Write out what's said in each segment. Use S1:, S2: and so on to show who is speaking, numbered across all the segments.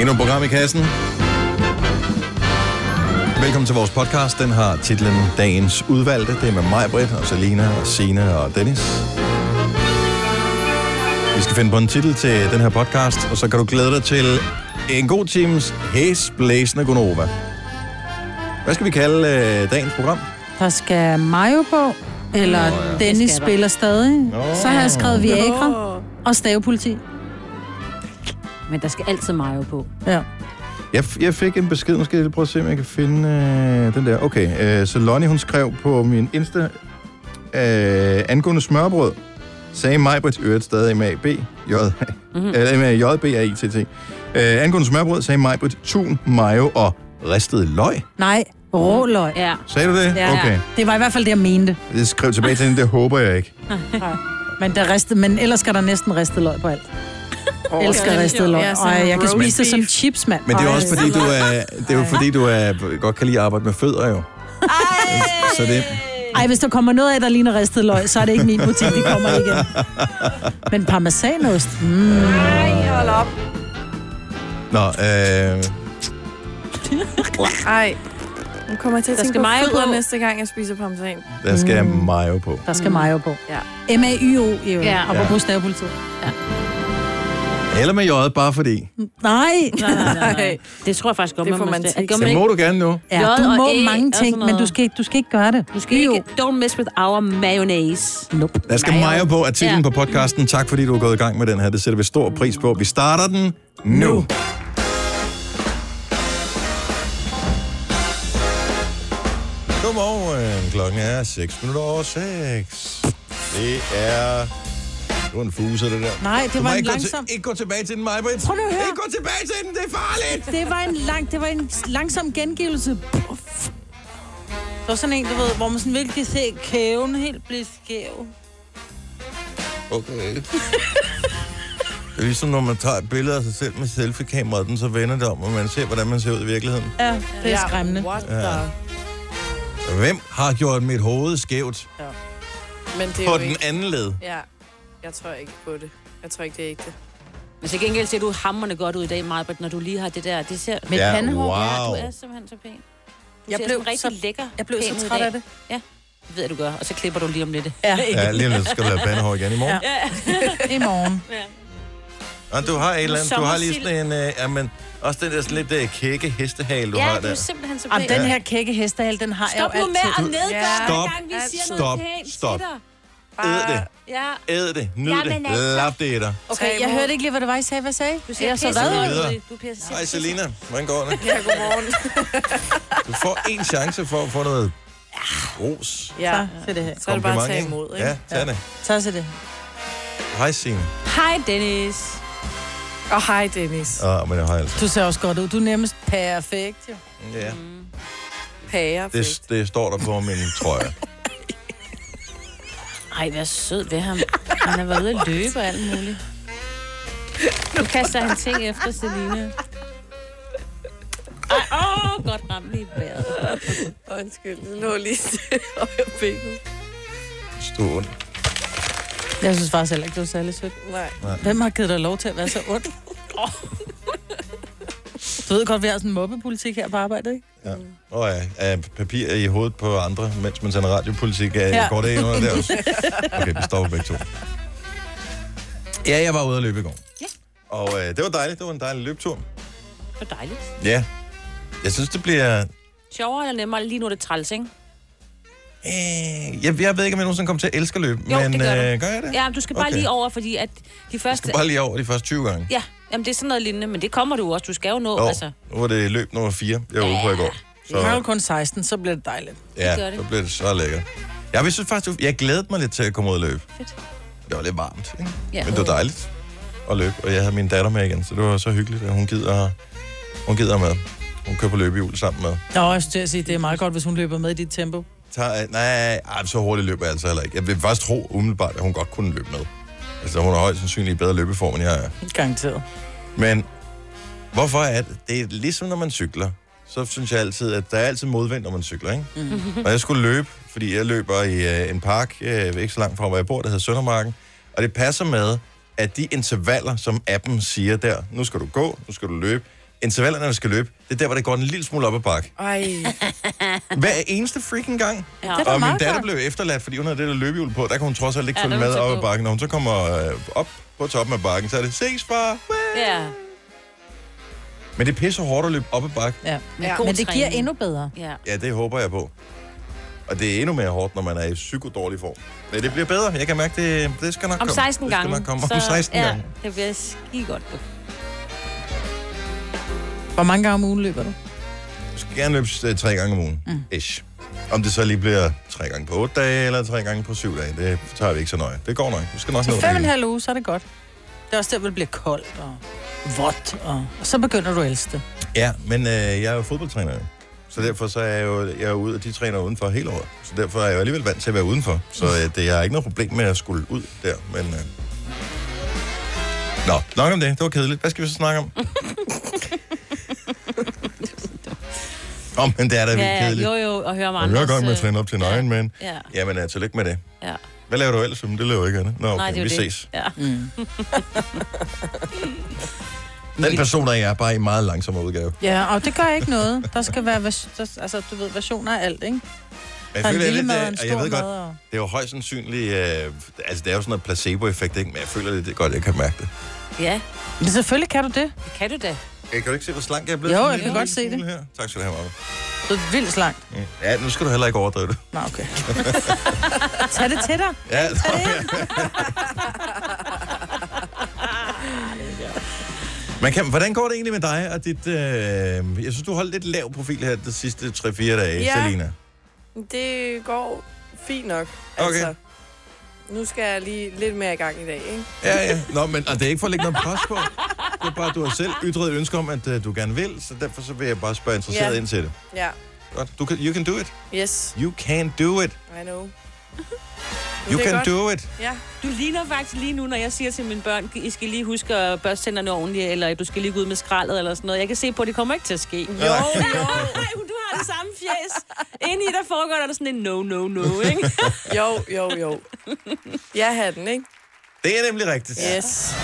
S1: Endnu et program i kassen. Velkommen til vores podcast. Den har titlen Dagens Udvalgte. Det er med mig, Britt, og Selina, og Sina og Dennis. Vi skal finde på en titel til den her podcast, og så kan du glæde dig til en god times hæsblæsende Gonova. Hvad skal vi kalde øh, dagens program?
S2: Der skal Mayo på, eller
S1: Nå, ja.
S2: ja. Dennis
S3: Det skal der.
S2: spiller stadig.
S1: Nå.
S2: Så har jeg skrevet Viagra og stavepoliti.
S3: Men der skal altid mayo på.
S2: Ja.
S1: Jeg, f- jeg fik en besked, nu skal jeg lige prøve at se, om jeg kan finde øh, den der. Okay, øh, så Lonnie, hun skrev på min Insta, øh, angående smørbrød, sagde mig på et øret stadig med AB, J,
S2: Mhm.
S1: mm-hmm. eller med JB er ITT. Øh, angående smørbrød, sagde mig på et tun, mayo og ristet løg.
S2: Nej, råløg. Ja.
S3: Ja.
S1: Sagde du det?
S3: Ja.
S1: Okay.
S2: Det var i hvert fald det, jeg mente.
S1: Det skrev tilbage til hende, det håber jeg ikke.
S2: Men, der ristet, men ellers skal der næsten ristet løg på alt. Oh, Elsker
S4: okay.
S2: ristet løg.
S4: Ja,
S2: Ja,
S4: sådan
S2: og jeg kan
S4: roast
S2: spise det som
S4: beef.
S2: chips, mand.
S1: Men det er også
S2: Ej.
S1: fordi, du er, det er jo fordi, du er, godt kan lide at arbejde med fødder jo. Så det,
S2: Ej, hvis der kommer noget af, der ligner ristet løg, så er det ikke min butik, vi kommer i igen. Men parmesanost, mm.
S1: nå, øh,
S4: Ej. Nu kommer jeg til at
S3: Der
S4: tænke
S3: skal
S4: på
S3: mayo
S4: fødder
S3: på.
S4: næste gang, jeg spiser parmesan.
S1: der skal mayo på.
S2: Mm. der skal mayo på.
S3: Ja.
S2: M-A-Y-O, i øvrigt.
S3: Ja.
S2: Apropos stavepolitiet.
S1: Eller med J'et, bare fordi.
S2: Nej!
S3: Nej, nej, nej, nej. Det tror jeg faktisk godt,
S4: Det får
S3: man,
S4: man
S3: må
S4: til.
S3: Det gør man
S1: Det
S3: ikke.
S1: må du gerne nu.
S2: Ja,
S3: J
S2: du
S3: og
S2: må
S3: æ
S2: mange
S3: og sådan
S2: ting, men
S3: noget.
S2: du skal, ikke, du skal ikke gøre det.
S3: Du skal ikke, don't mess with our mayonnaise.
S2: Nope.
S1: Der skal
S3: Mayo.
S1: Maja på artiklen ja.
S3: Ja.
S1: på podcasten. Tak fordi du er gået i gang med den her. Det sætter vi stor pris på. Vi starter den nu. nu. Godmorgen. Klokken er 6 minutter over 6. Det er... Det var en fuse, det der.
S2: Nej, det
S1: Du
S2: var
S1: må
S2: en
S1: ikke gå til-
S2: langsom-
S1: Ikke gå tilbage til den, Maja Britt.
S2: Prøv nu at høre.
S1: Ikke gå tilbage til den, det er farligt.
S2: Det var en, lang, det var en langsom gengivelse. Puff. Det var sådan en, du ved, hvor man sådan virkelig kan se kæven helt blive skæv.
S1: Okay. Det er ligesom, når man tager et billede af sig selv med selfie-kameraet, den så vender det om, og man ser, hvordan man ser ud i virkeligheden.
S2: Ja, det er skræmmende.
S4: What the...
S1: Hvem har gjort mit hoved skævt
S4: Men det er
S1: på
S4: jo
S1: den
S4: ikke...
S1: anden led?
S4: Ja. Jeg tror ikke på det. Jeg tror ikke, det er ægte.
S3: Men til gengæld ser du hammerne godt ud i dag, Marbert, når du lige har det der. Det ser
S1: Mit Ja, pandehår. wow.
S3: Ja, du er simpelthen så pæn. Du jeg blev rigtig så, lækker.
S2: jeg blev
S3: pæn
S2: så
S3: ud i
S2: træt
S3: dag.
S2: af det.
S3: Ja, det ved jeg, du gør. Og så klipper du lige om lidt.
S2: Ja,
S1: Ja, lige lidt skal du lave bandehår igen i morgen.
S2: i morgen.
S1: Ja. Og du har et eller andet, du har lige sådan en, øh, ja, men også den der sådan lidt øh, kække hestehale, du har
S3: Ja, du
S1: der.
S3: er simpelthen så
S2: Jamen,
S3: pæn.
S2: den her kække hestehal, den har
S3: Stop
S2: jeg
S3: nu
S2: jo
S3: med at
S2: altid.
S3: nedgøre,
S4: Ja.
S1: Stop.
S3: hver gang vi siger
S1: Stop.
S3: noget pænt
S1: Stop.
S3: til dig.
S1: Æd det,
S3: Ja,
S1: æd det, nyd
S3: Ja,
S1: det,
S3: men altså-
S1: lap det i dig.
S2: Okay, jeg hørte ikke lige, hvad det var, I sagde. Hvad sagde I?
S3: du ser
S2: Ja,
S3: pisse
S2: så
S1: hvad?
S3: godt
S1: Videre.
S3: ud. Du pisse- ser
S1: Hej
S3: pisse-
S1: Selina, hvordan går det?
S4: Ja, godmorgen.
S1: Du får en chance for at få noget ros.
S4: ja.
S2: Så det her.
S4: Så er det bare at
S1: Kompliment,
S4: tage imod, ikke?
S1: Ja, tag det.
S2: Så så det.
S1: Hej Signe.
S3: Hej, Dennis.
S4: Og hej, Dennis.
S1: Åh, men jeg har altså.
S2: Du ser også godt ud. Du er nærmest perfekt, jo.
S1: Ja.
S4: Pære.
S1: Det,
S4: Det...
S1: det står der på min trøje.
S3: Ej, vær sød ved ham. Han har været ude at løbe og alt muligt. Nu kaster han ting efter Selina. Ej, åh, godt ramt lige i bæret.
S4: Undskyld, det lå lige stille over benet.
S1: Stort.
S2: Jeg synes faktisk heller ikke, du er særlig sødt.
S4: Nej.
S2: Hvem har givet dig lov til at være så ond? Du ved godt, vi har sådan en mobbepolitik her på arbejdet, ikke?
S1: Ja. Åh oh, ja, af papir i hovedet på andre, mens man sender radiopolitik. Er, ja.
S2: Ja.
S1: Går det ind under der også? Okay, vi stopper begge to. Ja, jeg var ude at løbe i går.
S3: Ja.
S1: Og øh, det var dejligt. Det var en dejlig løbetur.
S3: Det var dejligt.
S1: Ja. Jeg synes, det bliver...
S3: Sjovere eller nemmere? Lige nu er det træls, ikke?
S1: Øh, jeg, jeg ved ikke, om jeg nogensinde kommer til at elske at løbe,
S3: Jo,
S1: men
S3: det gør du.
S1: øh, gør jeg det?
S3: Ja, men du skal bare
S1: Okay.
S3: lige over, fordi at de første...
S1: Bare lige over de første 20 gange.
S3: Ja, jamen det er sådan noget lignende, men det kommer du også. Du skal jo nå,
S1: Jo,
S3: altså.
S1: nu var det løb nummer 4, jeg var ude på i går.
S2: Du har jo
S1: Så,
S2: kun 16, så bliver det dejligt.
S3: Det gør
S1: ja,
S3: det.
S1: så blev det så lækkert. Jeg, vil synes faktisk, jeg glædede mig lidt til at komme ud og løbe.
S3: Fedt.
S1: Det var lidt varmt, ikke?
S3: Ja.
S1: Men det var dejligt at løbe, og jeg havde min datter med igen, så det var så hyggeligt, at hun gider, hun gider med. Hun kører på løbehjul sammen med.
S2: Nå, jeg synes til at sige, det er meget godt, hvis hun løber med i dit tempo.
S1: Tager, nej, ej, så hurtigt løber jeg altså heller ikke. Jeg vil faktisk tro umiddelbart, at hun godt kunne løbe med. Altså, hun er højst sandsynligt i bedre løbeform, end jeg er.
S2: Garanteret.
S1: Men hvorfor er det? Det er ligesom, når man cykler. Så synes jeg altid, at der er altid modvind, når man cykler, ikke? Mm. Og jeg skulle løbe, fordi jeg løber i øh, en park, øh, ikke så langt fra, hvor jeg bor, der hedder Søndermarken. Og det passer med, at de intervaller, som appen siger der, nu skal du gå, nu skal du løbe, intervallerne, når vi skal løbe, det er der, hvor det går en lille smule op ad bakke.
S4: Ej,
S1: Hver eneste freaking gang.
S3: Ja.
S2: Det er da
S1: Og min
S2: meget
S1: datter
S2: godt.
S1: blev efterladt, fordi hun havde det der løbehjul på. Der kunne hun trods alt ikke
S3: Ja,
S1: følge
S3: der var
S1: med
S3: hun så
S1: op ad
S3: god.
S1: bakken. Når hun så kommer øh, op på toppen af bakken, så er det, ses far!
S3: Ja.
S1: Men det er pisse hårdt at løbe op ad bakken.
S2: Ja.
S3: Men,
S4: Ja.
S3: god
S2: Men det giver
S3: træning.
S2: endnu bedre.
S3: Ja.
S1: Ja, det håber jeg på. Og det er endnu mere hårdt, når man er i psykodårlig form. Men det bliver bedre. Jeg kan mærke, det, det skal nok
S3: Om
S1: komme.
S3: 16
S1: det skal
S3: gange.
S1: Nok komme. Om 16
S3: ja,
S1: gange.
S3: det bliver skide godt.
S2: Hvor mange gange om ugen løber du?
S1: Du skal gerne løbe øh, tre gange om ugen. Mm. Ish. Om det så lige bliver tre gange på otte dage, eller tre gange på syv dage, det tager vi ikke så nøje. Det går nok. Du skal nok nå
S2: Til
S1: det.
S2: fem og en
S1: hele.
S2: halv uge, så er det godt. Det er også der, hvor det bliver koldt og vådt, og, og så begynder du at elske det.
S1: Ja, men øh, jeg er jo fodboldtræner. jo. Så
S3: Mm.
S1: derfor så er jeg jo jeg er ude, og de træner udenfor hele året. Så derfor er jeg jo alligevel vant til at være udenfor. Så
S3: Mm.
S1: øh, det, jeg har ikke noget problem med at skulle ud der, men... Øh... Nå, nok om det. Det var kedeligt. Hvad skal vi så snakke om? Åh, oh, men det er da vildt
S3: Ja,
S1: kedeligt.
S3: jo, jo, og høre mig
S1: Jeg
S3: andre. øh,
S1: er i gang med at træne op til en Ironman.
S3: Ja,
S1: Jamen, uh, tillykke med det.
S3: ja.
S1: Hvad laver du ellers? Jamen, det laver jeg ikke andet. Nå, okay,
S3: Nej, det er jo
S1: vi
S3: det.
S1: ses.
S3: Ja.
S2: Mm.
S1: Den person, der jeg er, bare i meget langsommere udgave.
S2: Ja, og det gør ikke noget. Der skal være, vers- der, altså, du ved, versioner af alt, ikke?
S1: Men
S2: Der er en
S1: jeg
S2: lille
S1: lidt,
S2: mad
S1: øh,
S2: og en
S1: og jeg
S2: stor
S1: ved
S2: mad.
S1: godt,
S2: Og...
S1: det er jo højst sandsynligt, øh, altså det er jo sådan noget placebo-effekt, ikke? men jeg føler lidt godt, jeg kan mærke det.
S3: ja,
S2: Men selvfølgelig kan du det.
S3: det kan du da.
S1: Kan du ikke se, hvor slank jeg er blevet?
S2: Jo,
S1: Sådan
S2: jeg
S1: en
S2: kan
S1: lille
S2: godt se
S1: smule Her. Tak skal du have, Marve.
S2: Du er vildt slank.
S1: Mm. Ja, nu skal du heller ikke overdrive det.
S2: Nå, okay. Tag det til dig.
S1: Ja, Man kan, hvordan går det egentlig med dig og dit... Øh, jeg synes, du holdt lidt lav profil her de sidste 3-4 dage,
S4: Ja.
S1: Selina.
S4: det går fint nok. altså.
S1: Okay.
S4: Nu skal jeg lige lidt mere i gang i dag, ikke?
S1: Ja, ja. Nå, men og det er ikke for at lægge noget pres på. Det er bare, du har selv ytret et ønske om, at øh, du gerne vil, så derfor så vil jeg bare spørge interesseret
S4: Ja.
S1: ind til det.
S4: Ja.
S1: Godt. Du kan, you can do it.
S4: Yes,
S1: You can do it.
S4: I know. Men
S1: You
S4: det er
S1: can
S4: godt.
S1: do it.
S4: Ja,
S3: Du ligner faktisk lige nu, når jeg siger til mine børn, I skal lige huske at børste tænderne ordentligt, eller du skal lige gå ud med skraldet eller sådan noget. Jeg kan se på, at det kommer ikke til at ske. Jo, jo. Ej, du har det samme fjes. Inde i der foregår der sådan en no, Oh, no, no, ikke?
S4: jo, jo, jo. Jeg havde den, ikke?
S1: Det er nemlig rigtigt.
S4: Yes.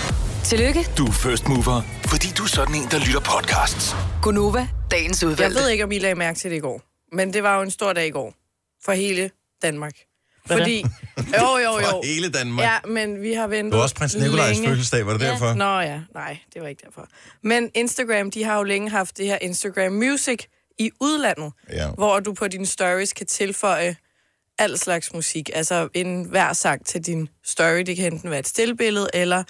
S5: Tillykke,
S6: Du er first mover, fordi du er sådan en, der lytter podcasts.
S5: Gunova, dagens
S4: Jeg
S5: udvalgte.
S4: ved ikke, om I lagde mærke til det i går, men det var jo en stor dag i går for hele Danmark. Fordi, jo, jo,
S1: For
S4: jo.
S1: hele Danmark.
S4: Ja, men vi har ventet
S1: Det var også prins Nikolajs
S4: længe.
S1: fødselsdag, var det
S3: Ja.
S1: derfor?
S4: Nå ja, nej, det var ikke derfor. Men Instagram, de har jo længe haft det her Instagram Music i udlandet,
S1: Ja.
S4: hvor du på dine stories kan tilføje al slags musik, altså en hver sang til din story. Det kan enten være et stillbillede eller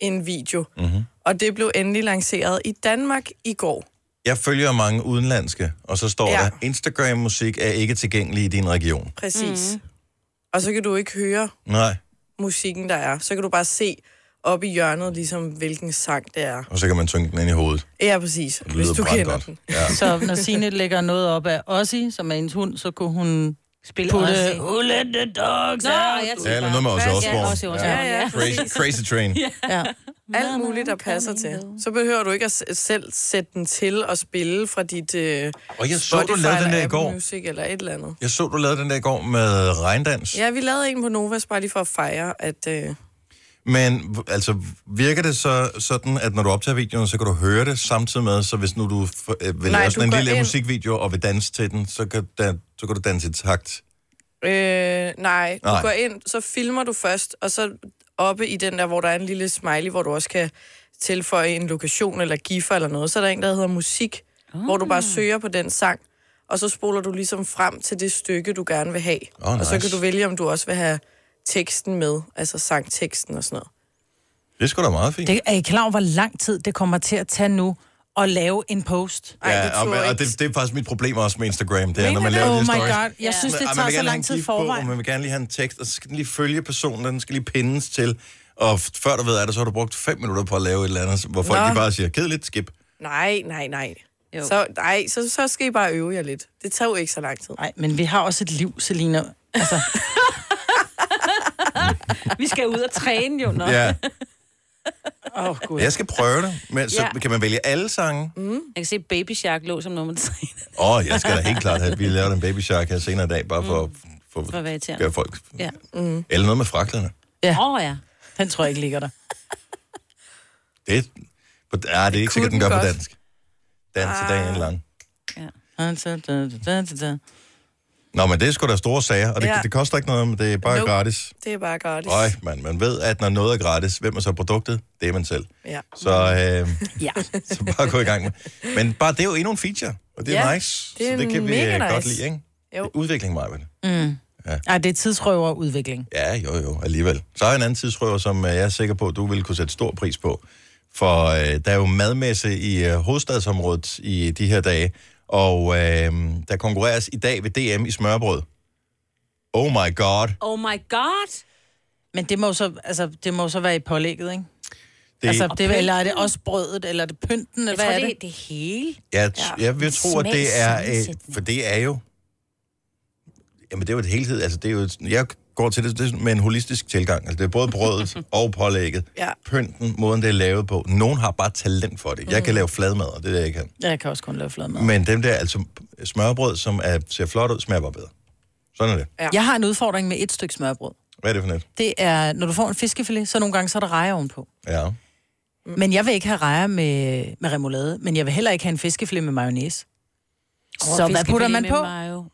S4: en video.
S1: Mm.
S4: Mm-hmm. Og det blev endelig lanceret i Danmark i går.
S1: Jeg følger mange udenlandske, og så står
S4: Ja.
S1: der, Instagram-musik er ikke tilgængelig i din region.
S4: Præcis. Mm. Og så kan du ikke høre
S1: Nej,
S4: musikken, der er. Så kan du bare se op i hjørnet, ligesom hvilken sang det er.
S1: og så kan man tynge den ind i hovedet.
S4: Ja, præcis.
S1: Det
S4: Hvis
S1: lyder
S4: du kender
S1: brandgodt.
S4: den.
S1: Ja.
S2: Så når Signe lægger noget op af Ossie, som er hendes hund, så kunne hun
S3: Spil
S2: putte...
S3: også, ikke?
S2: Who let the dogs
S3: Nå,
S2: out?
S3: jeg
S1: Ja, eller noget med os også.
S3: Ja, også i Osborn,
S4: Ja, ja.
S3: ja.
S1: Crazy, crazy Train.
S2: Ja.
S4: Alt muligt, der passer til. Så behøver du ikke at s- selv sætte den til at spille fra dit øh,
S1: Og jeg så, du
S4: Spotify
S1: lavede den
S4: eller
S1: der i
S4: Apple
S1: går.
S4: Music eller et eller andet.
S1: Jeg så, du lavede den der i går med regndans.
S4: Ja, vi lavede en på Novas bare lige for at fejre, at... Øh,
S1: Men v- altså, virker det så sådan, at når du optager videoen, så kan du høre det samtidig med, så hvis nu du f- øh, vil
S4: Nej,
S1: lave
S4: du
S1: sådan en
S4: går
S1: lille ind...
S4: ind-
S1: musikvideo og vil danse til den, så kan, da, så kan du danse i takt.
S4: øh, nej, du
S1: Nej.
S4: nej. går ind, så filmer du først, og så oppe i den der, hvor der er en lille smiley, hvor du også kan tilføje en lokation eller giffer eller noget, så er der en, der hedder musik, oh. hvor du bare søger på den sang, og så spoler du ligesom frem til det stykke, du gerne vil have.
S1: Åh,
S4: Og så
S1: nice.
S4: kan du vælge, om du også vil have teksten med, altså sangteksten og sådan noget.
S1: Det er sgu da meget fint.
S2: Det, er I klar over, hvor lang tid det kommer til at tage nu at lave en post?
S4: Ej, det
S1: og,
S4: turde jeg
S1: og
S4: ikke.
S1: det, det er faktisk mit problem også med Instagram, det er,
S4: Mener
S1: når man
S4: du?
S1: laver
S2: Oh
S1: de
S2: my
S1: stories.
S2: god, jeg synes,
S1: Men-
S2: det
S1: ej, man
S2: tager så
S1: vil gerne have en
S2: lang tid
S1: gif på, og
S2: forvejen.
S1: Man vil gerne lige have en tekst, og så skal den lige følge personen, og den skal lige pindes til. Og f- før du ved af det, så har du brugt fem minutter på at lave et eller andet, hvor folk
S4: Nå.
S1: de bare siger, kedeligt, skip.
S4: Nej, nej, nej.
S3: Jo.
S4: Så, nej så, så skal I bare øve jer lidt. Det tager jo ikke så lang tid.
S2: Nej, men vi har også et liv, Selina. Altså,
S3: Vi skal ud og træne jo, nå. Ja.
S1: Ja,
S2: åh oh, gud.
S1: jeg skal prøve det, men så
S3: Ja.
S1: kan man vælge alle sange. Åh, mm.
S3: Jeg kan se Baby Shark lå som nummer tre.
S1: oh, jeg skal da helt klart have, vi laver en baby shark her senere i dag, bare for,
S4: Mm,
S1: for,
S3: For at være irriterende.
S1: gøre folk.
S3: Ja.
S1: Eller noget med fraklerne.
S3: Åh, oh, ja.
S2: Den tror jeg ikke ligger der.
S1: Det, på, ja, det er ikke sikkert, den
S4: kunne
S1: gør
S4: den
S1: på
S4: godt. Ah.
S1: dansk. danse dagen lang.
S2: Det
S1: Nå, men det er sgu da store sager, og det, ja.
S4: Ja.
S1: det koster ikke noget, men det er bare
S4: Nope.
S1: gratis.
S4: Det er bare gratis.
S1: Øj, man, man ved, at når noget er gratis, hvem er så produktet? Det er man selv.
S4: Ja.
S1: Så,
S4: Mm.
S1: øh,
S3: Ja.
S1: så bare gå i gang med. Men bare det er jo endnu en feature, og det er ja,
S4: Ja,
S1: nice.
S4: det er
S1: så det kan vi
S4: mega
S1: øh, godt
S4: nice.
S1: lide, ikke?
S4: Jo.
S1: Det er Udvikling, Maja.
S2: Mm. er tidsrøverudvikling.
S1: Ja, jo, jo, alligevel. Så er en anden tidsrøver, som øh, jeg er sikker på, at du ville kunne sætte stor pris på. For øh, der er jo madmesse i øh, hovedstadsområdet i de her dage, og øh, der konkurreres i dag ved DM i smørbrød. Oh my god.
S3: Oh my god.
S2: Men det må, jo så, altså, det må jo så være i pålægget, ikke?
S1: Det,
S2: altså,
S1: altså,
S2: det, eller er det også brødet, eller er det pynten, eller
S3: Jeg
S2: hvad
S3: tror,
S2: er det?
S3: det, det hele.
S1: jeg, t- jeg vil tro, at
S3: Smag,
S1: det er... Øh,
S3: sammensætning.
S1: for det er jo... Jamen, det er jo et helhed. Altså, det er jo et, jeg går til det, det er sådan med en holistisk tilgang. Altså, det er både brødet og pålægget.
S4: Ja.
S1: Pynten, måden det er lavet på. Nogen har bare talent for det. Jeg
S3: Mm.
S1: kan lave fladmad, og det er det, jeg kan.
S2: Ja, jeg kan også kun lave fladmad.
S1: Men dem der, altså smørbrød, som er, ser flot ud, smager bare bedre. Sådan er det.
S4: Ja.
S2: Jeg har en udfordring med et stykke smørbrød.
S1: Hvad er det for net?
S2: Det er, når du får en fiskefilet, så nogle gange så er der rejer ovenpå.
S1: Ja.
S2: Mm. Men jeg vil ikke have rejer med, med remoulade, men jeg vil heller ikke have en fiskefilet med mayonnaise. så hvad putter man på?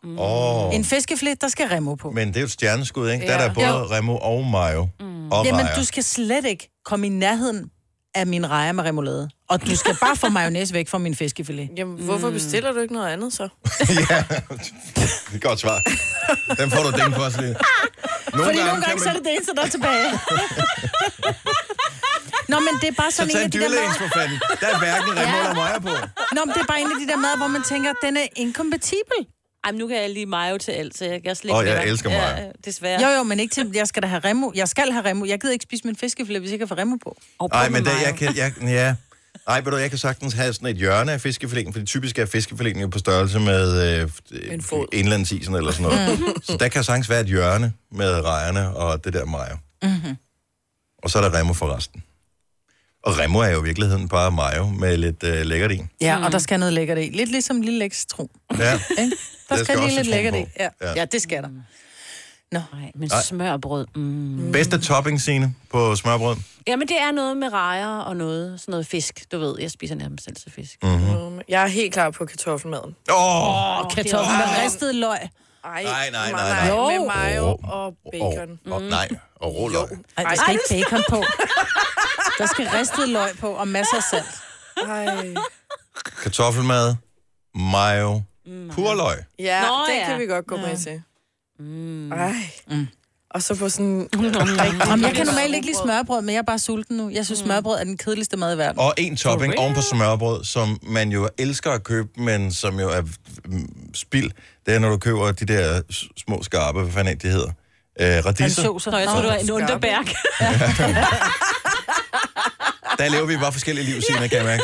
S3: Mm.
S1: Åh, oh,
S2: En fiskefilet, der skal remo på. Men,
S1: men det er jo et stjerneskud, ikke? Ja. Der er
S4: Ja.
S1: der både Remo og Mayo mm. og
S2: Jamen,
S1: rejer.
S2: du skal slet ikke komme i nærheden af min rejer med remoulade. Og du skal bare få mayonnaise væk fra min Mm. fiskefilet.
S4: Jamen, hvorfor bestiller du ikke noget andet så?
S1: Det er et godt svar. Den får du ding for os lige. Nogle
S2: Fordi nogle gange, så er
S1: kan
S2: det det eneste, der er tilbage. Nå, men det er bare
S1: man...
S2: sådan
S1: Så
S2: en af
S1: tag en
S2: de der
S1: dyrlægens
S2: mad...
S1: for fanden. Der er hverken Remo eller Mayo på.
S2: Nå, men det er bare en af de der mad, hvor man tænker, at den er inkompatibel.
S3: Ej, men nu kan jeg lige mayo til alt, så jeg kan slet ikke...
S1: Åh, jeg
S3: lade være.
S1: elsker mayo.
S3: Ja, desværre.
S2: Jo, jo, men ikke til, jeg skal da have remo. Jeg skal have remo. Jeg gider ikke spise min fiskefilet, hvis jeg kan få remo på.
S3: Og brød
S1: Nej,
S3: med
S1: men det,
S3: mayo.
S1: jeg kan... Jeg, ja. Nej, ved du, jeg kan sagtens have sådan et hjørne af fiskefiléen, fordi typisk er fiskefiléen jo på størrelse med øh,
S4: En fod.
S1: indlandsisen eller sådan
S2: Mm.
S1: noget. så der kan sagtens være et hjørne med rejerne og det der mayo. Mm-hmm. Og så er der remo for resten. Og remo er jo i virkeligheden bare mayo med lidt øh, lækkert i.
S2: Ja, mm. og der skal noget lækkert i. Lidt ligesom lille lækker citron.
S1: Ja.
S2: Ikke? Der skal,
S1: skal
S2: skal lige
S1: også
S2: lidt
S1: citron
S2: lækkert i.
S1: på.
S2: Ja.
S1: Ja.
S2: Ja. ja, det skal
S4: Mm.
S2: der.
S3: Nej, men
S1: Nej.
S3: smørbrød. Mm.
S1: Bedste topping scene på smørbrød. Mhm.
S3: Jamen, det er noget med rejer og noget, sådan noget fisk. Du ved, jeg spiser nærmest altid fisk. Mm.
S4: Mm. Jeg er helt klar på kartoffelmaden.
S1: Åh! Oh,
S2: Og kartofler med ristet løg.
S4: Ej,
S1: Nej, nej, nej, nej.
S4: nej. Med mayo
S1: Jo.
S4: og bacon.
S1: Og,
S3: Mm.
S1: og, nej, og råløg.
S2: Ej, der skal ikke bacon på. Der skal ristet løg på og masser af salt.
S4: Ej.
S1: Kartoffelmad, mayo,
S4: Mm.
S1: purløg.
S4: Ja,
S3: Nå,
S4: Nå, det
S3: ja.
S4: ja. kan vi godt gå med til. Mm. Ej. Mm. Og så på sådan...
S2: Om jeg kan normalt ikke lide smørbrød, men jeg er bare sulten nu. Jeg synes,
S4: Mm.
S2: smørbrød er den kedeligste mad i verden.
S1: Og en topping oven på smørbrød, som man jo elsker at købe, men som jo er mm, spild, det er, når du køber de der s- små skarpe, hvad fanden er det, de hedder? Øh, radiser.
S2: Ansjoser.
S3: Nå, jeg tror, du
S2: Nå.
S3: er en underbærk.
S1: Der lever vi bare forskellige liv, Signe, kan jeg mærke.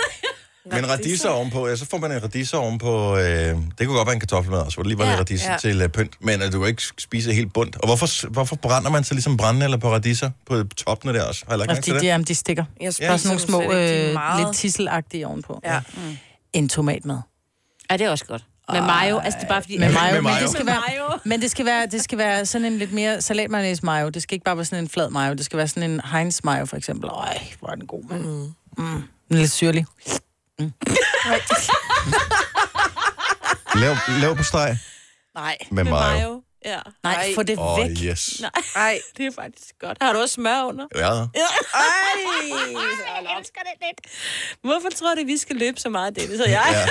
S1: Men radiser ovenpå, ja, så får man en radiser ovenpå, øh, det kunne godt være en kartoffelmad også, hvor det lige var ja, lidt radiser ja.
S4: ja.
S1: til øh, pynt, men at du kan ikke spise helt bundt. Og hvorfor, s- hvorfor brænder man så ligesom brænde eller på radiser på toppene der også? Har jeg lagt mærke
S2: Altså,
S1: til
S2: de,
S1: det?
S2: de, jamen, de stikker.
S4: Jeg
S2: Der er sådan nogle
S4: spiser dem
S2: små,
S4: slet ikke. De er
S2: øh,
S4: meget-
S2: lidt tisselagtige ovenpå.
S4: Ja. Mm.
S2: En tomatmad.
S3: Ja, det er også godt. Med mayo, altså det er bare fordi...
S2: Med mayo.
S1: Med
S2: Men,
S1: mayo.
S2: det skal
S3: Med
S2: være,
S3: mayo.
S2: men det skal være, det skal være sådan en lidt mere salatmayonnaise mayo. Det skal ikke bare være sådan en flad mayo. Det skal være sådan en Heinz mayo, for eksempel. Øj, hvor er den god, mand. Mm. Mm. Lidt syrlig.
S1: Lav, lav på steg
S2: Nej.
S1: med, med mayo. mayo.
S3: Ja.
S2: Nej, få det
S1: Åh, oh,
S2: væk.
S1: yes. Nej.
S4: Ej.
S3: Det er faktisk godt. Har du også smør under?
S1: Ja.
S3: Jeg elsker det lidt. Hvorfor tror du, vi skal løbe så meget, Dennis og jeg?
S1: ja.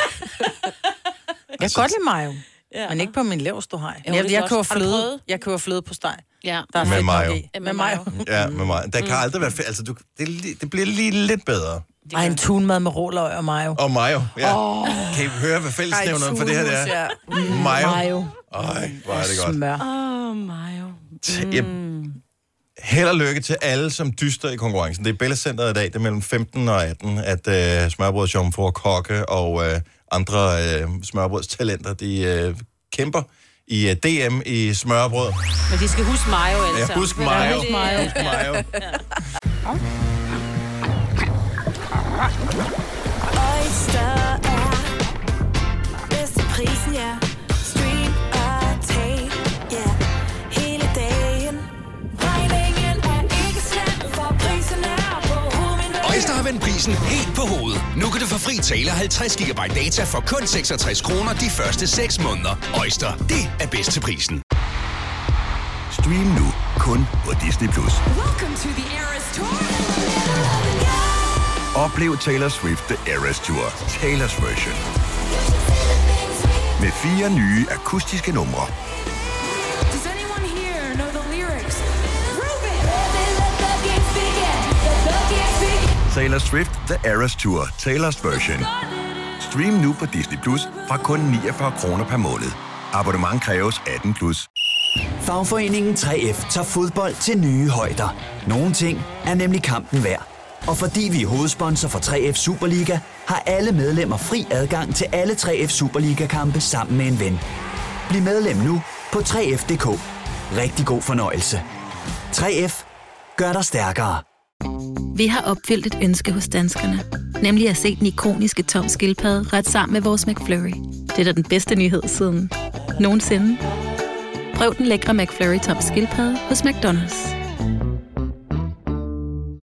S2: Jeg kan godt lide mayo.
S3: Ja.
S2: Men ikke på min leverståhej.
S3: Jo,
S2: Jeg, jeg,
S3: det er
S2: jeg,
S3: godt.
S2: køber
S3: Har du
S2: fløde.
S3: prøvet?
S2: Jeg køber fløde på steg.
S3: ja.
S2: Der er
S1: Med
S2: fedt nok
S1: mayo.
S2: i.
S3: Ja,
S2: Med
S3: med
S2: mayo.
S1: Ja, med mig. Der kan aldrig være... fe- Altså, du, det, er li- det bliver lige lidt bedre.
S2: Ej, en tunmad med råløg og mayo.
S1: Og mayo. Ja. Oh. Kan I høre, hvad fællesnævneren for det her det
S4: tunmus,
S1: er?
S4: ja.
S1: Mayo.
S2: Mayo.
S1: Ej, hvor er det godt.
S2: Smør.
S3: Åh, oh, mayo.
S1: T- Jeg, held og lykke til alle, som dyster i konkurrencen. Det er Bella Center i dag. Det er mellem 15 og 18, at øh, smørbrødsjommen får kokke og øh, andre øh, smørbrødstalenter, de øh, kæmper i øh, DM i smørbrød.
S3: Men de skal huske mayo, altså.
S1: Ja, husk mayo.
S3: Husk mayo.
S1: Husk mayo.
S7: Oyster er bedst til prisen, ja. Stream og tag, ja. Hele dagen. Regningen er ikke slem, for prisen er på hovedet.
S6: Øjster har vendt prisen helt på hovedet. Nu kan du få fri tale 50 GB data for kun 66 kroner de første 6 måneder. Øjster, det er bedst til prisen.
S8: Stream nu kun på Disney+. Plus. Oplev Taylor Swift The Eras Tour, Taylor's version. Med fire nye akustiske numre. Taylor Swift The Eras Tour, Taylor's version. Stream nu på Disney Plus fra kun 49 kroner per måned. Abonnement kræves 18 plus.
S9: Fagforeningen 3F tager fodbold til nye højder. Nogle ting er nemlig kampen værd. Og fordi vi er hovedsponsor for 3F Superliga, har alle medlemmer fri adgang til alle 3F Superliga-kampe sammen med en ven. Bliv medlem nu på 3F.dk. Rigtig god fornøjelse. 3F gør dig stærkere.
S10: Vi har opfyldt et ønske hos danskerne. Nemlig at se den ikoniske tom skildpadde ret sammen med vores McFlurry. Det er da den bedste nyhed siden nogensinde. Prøv den lækre McFlurry tom skildpadde hos McDonald's.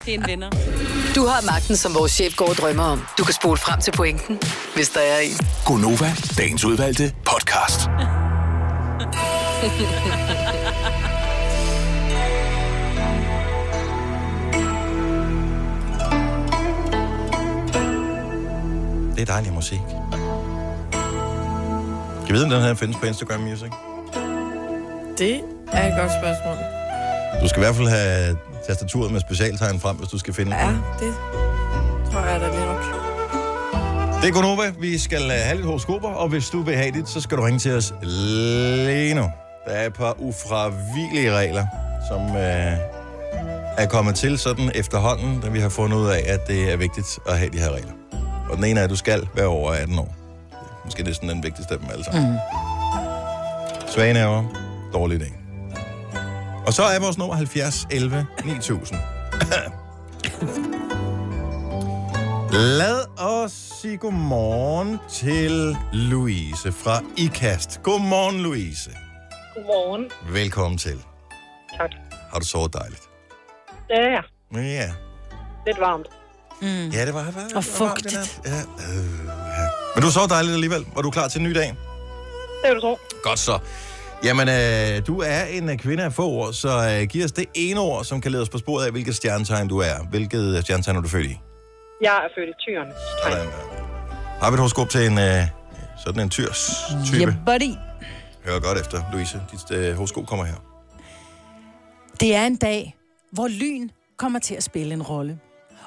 S3: Det er en vinder.
S5: Du har magten, som vores chef går og drømmer om. Du kan spole frem til pointen, hvis der er en.
S6: Gonova, dagens udvalgte podcast.
S1: Det er dejlig musik. Jeg ved, om den her findes på Instagram Music.
S4: Det er et godt spørgsmål.
S1: Du skal i hvert fald have tastaturet med specialtegn frem, hvis du skal finde ja. den.
S4: Det tror jeg da lige nok.
S1: Det er Gunova. Vi skal øh, have lidt horoskoper, og hvis du vil have dit, så skal du ringe til os lige nu. Der er et par ufravigelige regler, som øh, er kommet til sådan efterhånden, da vi har fundet ud af, at det er vigtigt at have de her regler. Og den ene er, at du skal være over 18 år. Det er Måske næsten den vigtigste af dem alle sammen. Mm. Svage nerver, dårlig dag. Og så er vores nummer 70 11 9000. Lad os sige godmorgen til Louise fra IKAST. Godmorgen, Louise.
S11: Godmorgen.
S1: Velkommen til.
S11: Tak.
S1: Har du sovet dejligt?
S11: Ja, ja.
S1: Ja.
S11: Lidt varmt.
S1: Mm. Ja, det var, var
S11: Og fugtigt.
S1: Ja, øh, ja. Men du sov dejligt alligevel. Var du klar til en ny dag?
S11: Det vil du tro.
S1: Godt så. Jamen, øh, du er en øh, kvinde af få år, så øh, giv os det ene ord, som kan lede os på sporet af, hvilket stjernetegn du er. Hvilket øh, stjernetegn er du født i?
S11: Jeg er født i Tyren.
S1: Sådan, øh. Har vi et horoskop til en, øh, sådan en tyrs-type?
S2: Yeah, buddy.
S1: Hør godt efter, Louise. Dit øh, horoskop kommer her.
S2: Det er en dag, hvor lyn kommer til at spille en rolle.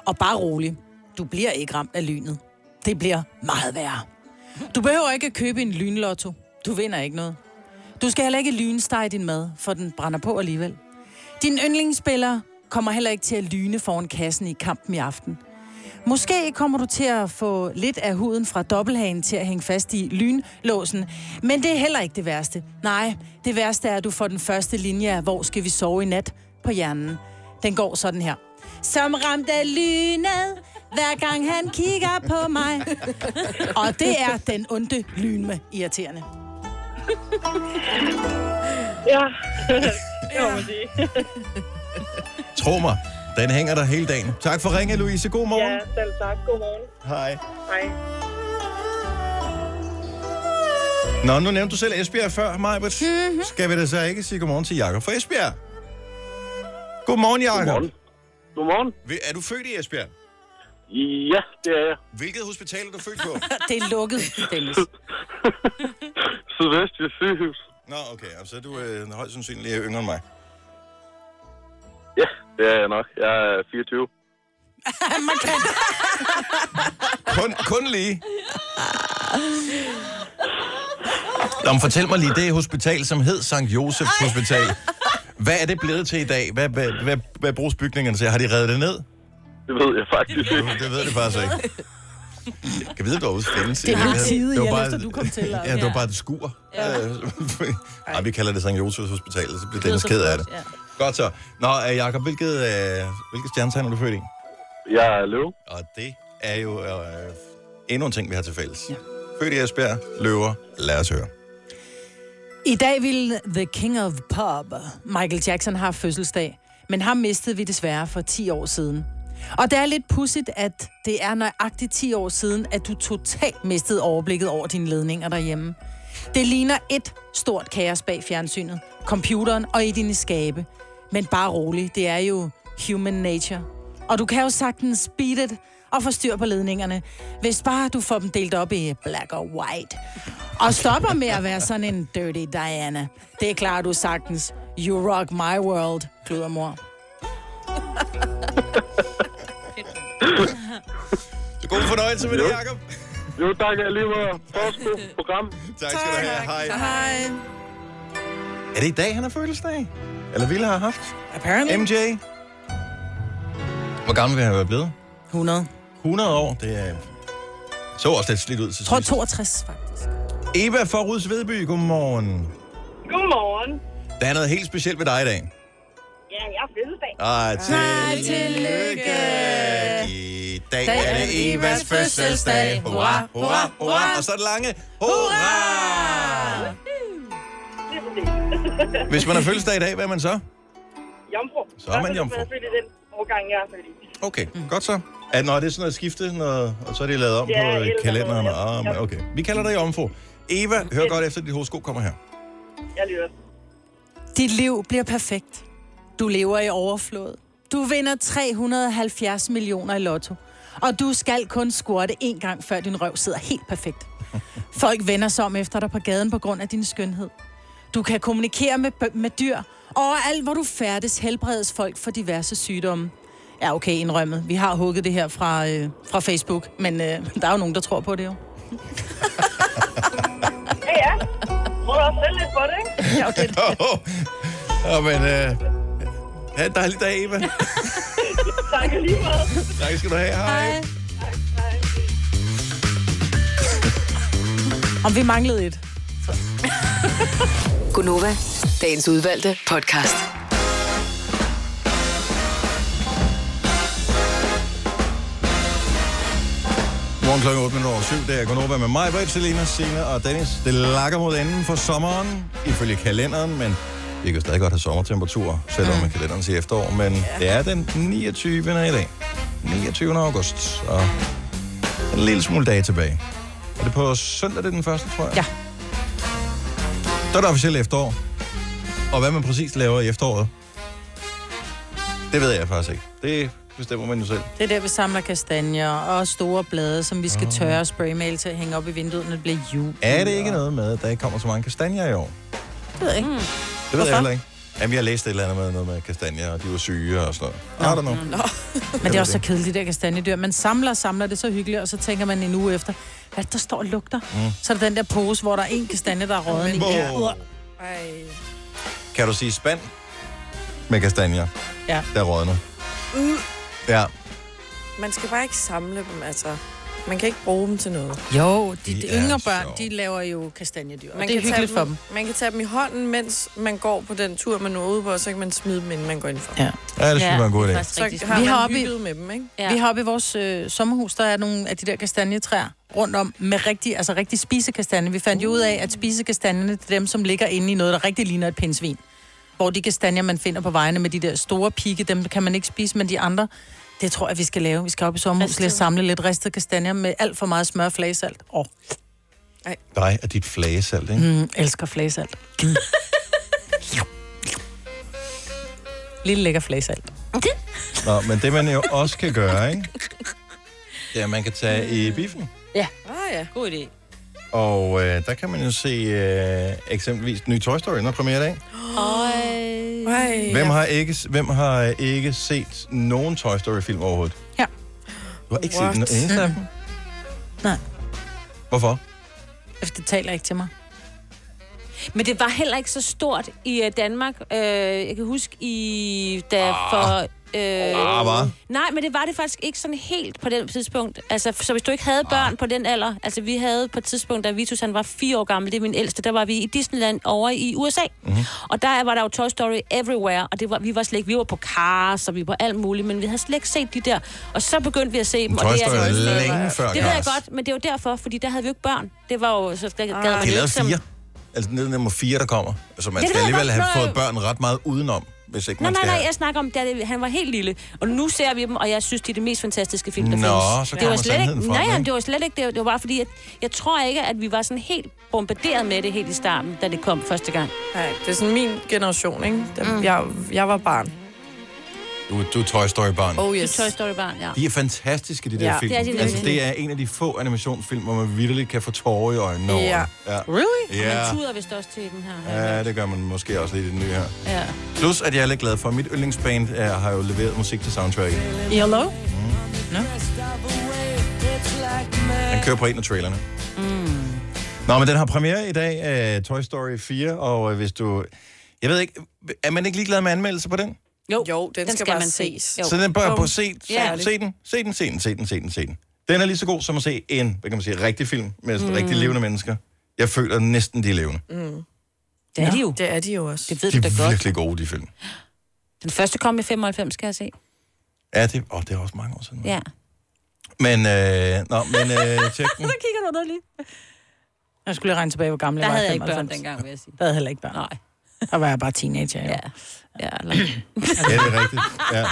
S2: Og bare rolig, du bliver ikke ramt af lynet. Det bliver meget værre. Du behøver ikke at købe en lynlotto. Du vinder ikke noget. Du skal heller ikke lynstege din mad, for den brænder på alligevel. Din yndlingsspiller kommer heller ikke til at lyne foran kassen i kampen i aften. Måske kommer du til at få lidt af huden fra dobbelthagen til at hænge fast i lynlåsen, men det er heller ikke det værste. Nej, det værste er, at du får den første linje af, hvor skal vi sove i nat på hjernen. Den går sådan her. Som ramt af lynet, hver gang han kigger på mig. Og det er den onde lyn med irriterende.
S11: Ja, det må man sige.
S1: Tro mig, den hænger der hele dagen. Tak for ringe, Louise. God morgen.
S11: Ja, selv tak. Godmorgen.
S1: Hej.
S11: Hej.
S1: Nå, nu nævnte du selv Esbjerg før, Majbert.
S2: Mhm.
S1: Mm-hmm. Skal vi da så ikke sige godmorgen til Jakob fra Esbjerg? Godmorgen, Jakob. Godmorgen.
S12: Godmorgen.
S1: Er du født i Esbjerg?
S12: Ja, det er jeg.
S1: Hvilket hospital er du født på?
S2: Det er lukket, Dennis.
S12: Sydvestjysk sygehus.
S1: Nå, okay. Så altså, du er øh, højst sandsynligt yngre end mig.
S12: Ja, det er jeg nok. Jeg er 24.
S1: Kun, kun lige. Nå, men fortæl mig lige, det hospital, som hed Sankt Josefs Hospital. Hvad er det blevet til i dag? Hvad, hvad, hvad, hvad bruges bygningerne til? Har de reddet det ned?
S12: Det ved jeg faktisk
S1: ikke. Det ved det faktisk ikke. Jeg ved, hvor findes. i
S2: Det blev
S1: virkeligheden.
S2: tidigt,
S1: var
S2: ja,
S1: bare-
S2: efter du kom til, Laura.
S1: Ja, det var
S2: Ja.
S1: bare et skur. Ja.
S2: Ja.
S1: Ej, vi kalder det Sankt Josefs Hospital, så bliver Dennis ked af det. Godt så. Nå, øh, Jacob, hvilket, øh, hvilket stjernetegn er du født i?
S12: Jeg er løv.
S1: Og det er jo øh, endnu en ting, vi har til fælles. Ja. Født i Esbjerg, løver, lad os høre.
S2: I dag ville The King of Pop, Michael Jackson, har fødselsdag, men ham mistede vi desværre for 10 år siden. Og det er lidt pudsigt, at det er nøjagtigt 10 år siden, at du totalt mistede overblikket over dine ledninger derhjemme. Det ligner et stort kaos bag fjernsynet, computeren og i dine skabe. Men bare rolig, det er jo human nature. Og du kan jo sagtens speed it og få styr på ledningerne, hvis bare du får dem delt op i black og white. Og stopper med at være sådan en dirty Diana. Det klarer du sagtens. You rock my world, kludermor.
S1: God fornøjelse med det, Jacob.
S12: Jo, tak alligevel. Forskning program.
S1: Tak skal du have. Hej.
S4: Hej.
S1: Er det i dag, han har fødselsdag? Eller ville have haft?
S2: Apparently.
S1: MJ. Hvor gammel vil han være blevet?
S2: 100.
S1: 100 år, det er... Så også lidt slidt ud til
S2: Jeg tror
S1: sidst.
S2: 62, faktisk.
S1: Eva fra Ruds Vedby, godmorgen.
S11: Godmorgen.
S1: Der er noget helt specielt ved dig i
S11: Ja,
S1: dag.
S11: jeg er fødselsdag.
S1: Ej, til...
S11: tillykke.
S1: I dag er det Evas fødselsdag. Hurra, hurra, hurra. Og så er det lange.
S11: Ah.
S1: Hurra! Hvis man har fødselsdag i dag, hvad er man så?
S11: Jomfru.
S1: Så er man jomfru.
S11: Jeg er født i den årgang, jeg er født i.
S1: Okay, mm. godt så. Er, nå, er det sådan noget skifte, når, og så er det lavet om
S11: Ja,
S1: på øh,
S11: eller
S1: kalenderen?
S11: noget, ja.
S1: Ah, men
S11: Ja.
S1: okay. Vi kalder dig Jomfru. Eva, hør godt efter, dit horoskop kommer her.
S11: Jeg lytter.
S2: Dit liv bliver perfekt. Du lever i overflod. Du vinder 370 millioner i lotto. Og du skal kun squatte en gang, før din røv sidder helt perfekt. Folk vender sig om efter dig på gaden på grund af din skønhed. Du kan kommunikere med, bø- med dyr, og alt hvor du færdes helbredes folk for diverse sygdomme. Ja, okay, indrømmet. Vi har hugget det her fra, øh, fra Facebook, men øh, der er jo nogen, der tror på det jo.
S11: Ja, ja. Må du også selv lidt på det, ikke?
S2: Ja, okay.
S1: Åh, men... Øh, ha' en dejlig dag, Eva.
S11: tak lige meget.
S1: tak skal du have. Hej. Hej.
S2: Om vi manglede et.
S5: Gunova, dagens udvalgte podcast.
S1: Morgen klokken 8 minutter over 7, det er Konoba med mig, Britt, Selina, Sina og Dennis. Det lakker mod enden for sommeren, ifølge kalenderen, men vi kan jo stadig godt have sommertemperaturer, selvom mm. kalenderen siger efterår, men ja. det er den 29. i dag. 29. august, og en lille smule dage tilbage. Er det på søndag, det er den første, tror jeg? Ja. Så er det officielt efterår. Og hvad man præcis laver i efteråret, det ved jeg faktisk ikke. Det bestemmer man jo selv.
S2: Det er der, vi samler kastanjer og store blade, som vi skal tørre og spraymale til at hænge op i vinduet, når det bliver jul.
S1: Er det ikke noget med, at der ikke kommer så mange kastanjer i år?
S2: Det ved jeg ikke.
S1: Det ved jeg heller ikke. Jamen, jeg læste et eller andet med noget med kastanjer, og de var syge og sådan noget. I don't know.
S2: Men det er også så kedeligt, det der kastanjedyr. Man samler og samler det er så hyggeligt, og så tænker man en uge efter, hvad er det, der står og lugter? Mm. Så er det den der pose, hvor der er en kastanje, der er råden i.
S1: Wow. Kan du sige spand med kastanjer,
S2: Ja.
S1: der rådner?
S4: Mm.
S1: Ja.
S4: Man skal bare ikke samle dem, altså. Man kan ikke bruge dem til noget.
S2: Jo, de, de yngre børn, de laver jo kastanjedyr, og det er
S4: kan tage
S2: hyggeligt for dem.
S4: Man kan tage dem i hånden, mens man går på den tur, man nu er ude på, og så kan man smide dem, inden man går indenfor.
S2: Ja.
S1: Ja, det synes jeg var en god idé.
S4: Så har
S2: vi har
S4: man
S2: oppe i,
S4: hygget med dem, ikke?
S2: ja. vi har oppe i vores øh, sommerhus, der er nogle af de der kastanjetræer rundt om, med rigtig, altså rigtig spisekastanje. Vi fandt jo ud af, at spisekastanjerne, det er dem, som ligger inde i noget, der rigtig ligner et pindsvin. Hvor de kastanjer, man finder på vejene med de der store pigge, dem kan man ikke spise, men de andre, det tror jeg, vi skal lave. Vi skal op i sommerhus lige og samle lidt ristede kastanjer med alt for meget smør og flagesalt. Åh,
S1: Dig og dit flagesalt, ikke? Mm.
S2: mm, elsker flagesalt. Lille lækker flagesalt.
S1: Nå, men det man jo også kan gøre, ikke? Det er, at man kan tage i biffen.
S2: Ja.
S4: Ah, ja.
S3: God idé.
S1: Og øh, der kan man jo se øh, eksempelvis den nye Toy Story, når premiere i dag.
S4: Ej.
S1: Hvem har ikke, hvem har ikke set nogen Toy Story-film overhovedet?
S2: Ja.
S1: Du har ikke
S2: What?
S1: set den eneste af dem?
S2: Mm. Nej.
S1: Hvorfor?
S2: Efter det taler ikke til mig.
S3: Men det var heller ikke så stort i øh, Danmark. Øh, jeg kan huske, i da for... øh,
S1: Ah, hva?
S3: nej, men det var det faktisk ikke sådan helt på den tidspunkt. Altså, så hvis du ikke havde børn
S1: Ah.
S3: på den alder... Altså, vi havde på et tidspunkt, da Vitus han var fire år gammel, det er min ældste, der var vi i Disneyland over i USA.
S1: Mhm.
S3: Mm-hmm. Og der var der jo Toy Story everywhere, og det var, vi var slet ikke... Vi var på Cars, og vi var på alt muligt, men vi havde slet ikke set de der. Og så begyndte vi at se dem.
S1: Men Toy
S3: og
S1: Story er
S3: altså-
S1: længe før
S3: Det ved jeg
S1: Cars.
S3: godt, men det var derfor, fordi der havde vi jo ikke børn. Det var jo... Så gad man
S1: De
S3: jo
S1: lavede
S3: ikke som-
S1: fire. Altså ned nummer fire, der kommer. Så man
S3: Ja, det
S1: skal
S3: ved jeg
S1: alligevel
S3: godt.
S1: have
S3: Nå,
S1: fået
S3: jo.
S1: børn ret meget udenom. hvis ikke
S3: Nej,
S1: man
S3: nej,
S1: skal
S3: nej,
S1: have-
S3: jeg snakker om, da det- han var helt lille. Og nu ser vi dem, og jeg synes, de er det mest fantastiske film, der
S1: Nå,
S3: findes.
S1: så
S3: det var
S1: kommer
S3: slet ikke,
S1: sandheden frem,
S3: nej,
S1: ikke?
S3: jamen, det var slet ikke det. Det var bare fordi, at jeg tror ikke, at vi var sådan helt bombarderet med det helt i starten, da det kom første gang.
S4: Nej, det er sådan min generation, ikke? Da mm. jeg, jeg var barn.
S1: Du, du er Toy Story-barn.
S4: Oh yes.
S3: Toy Story barn, ja.
S1: De er fantastiske, de der
S4: Ja.
S1: film.
S4: Det er de
S1: altså,
S4: nemlig.
S1: det er en af de få animationsfilm, hvor man virkelig kan få tårer i øjnene over
S3: Ja.
S1: den. ja.
S3: Really?
S1: Ja.
S3: Man tuder vist også til den her.
S1: Ja, det gør man måske også lidt i den nye her.
S3: Ja.
S1: Plus, at jeg er lidt glad for, at mit yndlingsband er, har jo leveret musik til soundtracket.
S2: Yellow?
S1: Nå. Han kører på en af trailerne. Nå, men den har premiere i dag, uh, Toy Story 4, og uh, hvis du... Jeg ved ikke, er man ikke ligeglad med anmeldelse på den?
S3: Jo,
S4: jo den, den skal,
S3: skal
S4: bare
S3: man se.
S4: ses.
S1: Jo. Så den bør
S4: Bum.
S1: på se,
S4: Ja.
S1: se den, se den, se den, se den, se den, se den. Den er lige så god som at se en, hvad kan man sige, rigtig film med sådan
S4: Mm.
S1: mm. rigtig levende mennesker. Jeg føler næsten, de er levende.
S4: Mm.
S3: Det er de jo.
S4: Det er de jo også.
S3: Det ved
S1: De
S3: du da
S1: er
S3: godt.
S1: virkelig gode, de film.
S3: Den første kom i 95, skal jeg se.
S1: Ja, det, åh, det er også mange år siden.
S3: Ja.
S1: Men, øh, nå, men øh, tjek den.
S3: Så kigger du noget lige.
S2: Jeg skulle lige regne tilbage, hvor gammel
S3: Der
S2: jeg var.
S3: havde
S2: i
S3: jeg ikke børn
S2: 95.
S3: dengang, vil jeg sige.
S2: Der havde jeg heller ikke børn.
S3: Nej.
S2: Der var jeg bare teenager, jo. Ja,
S3: ja,
S1: Ja, det er rigtigt. Ja.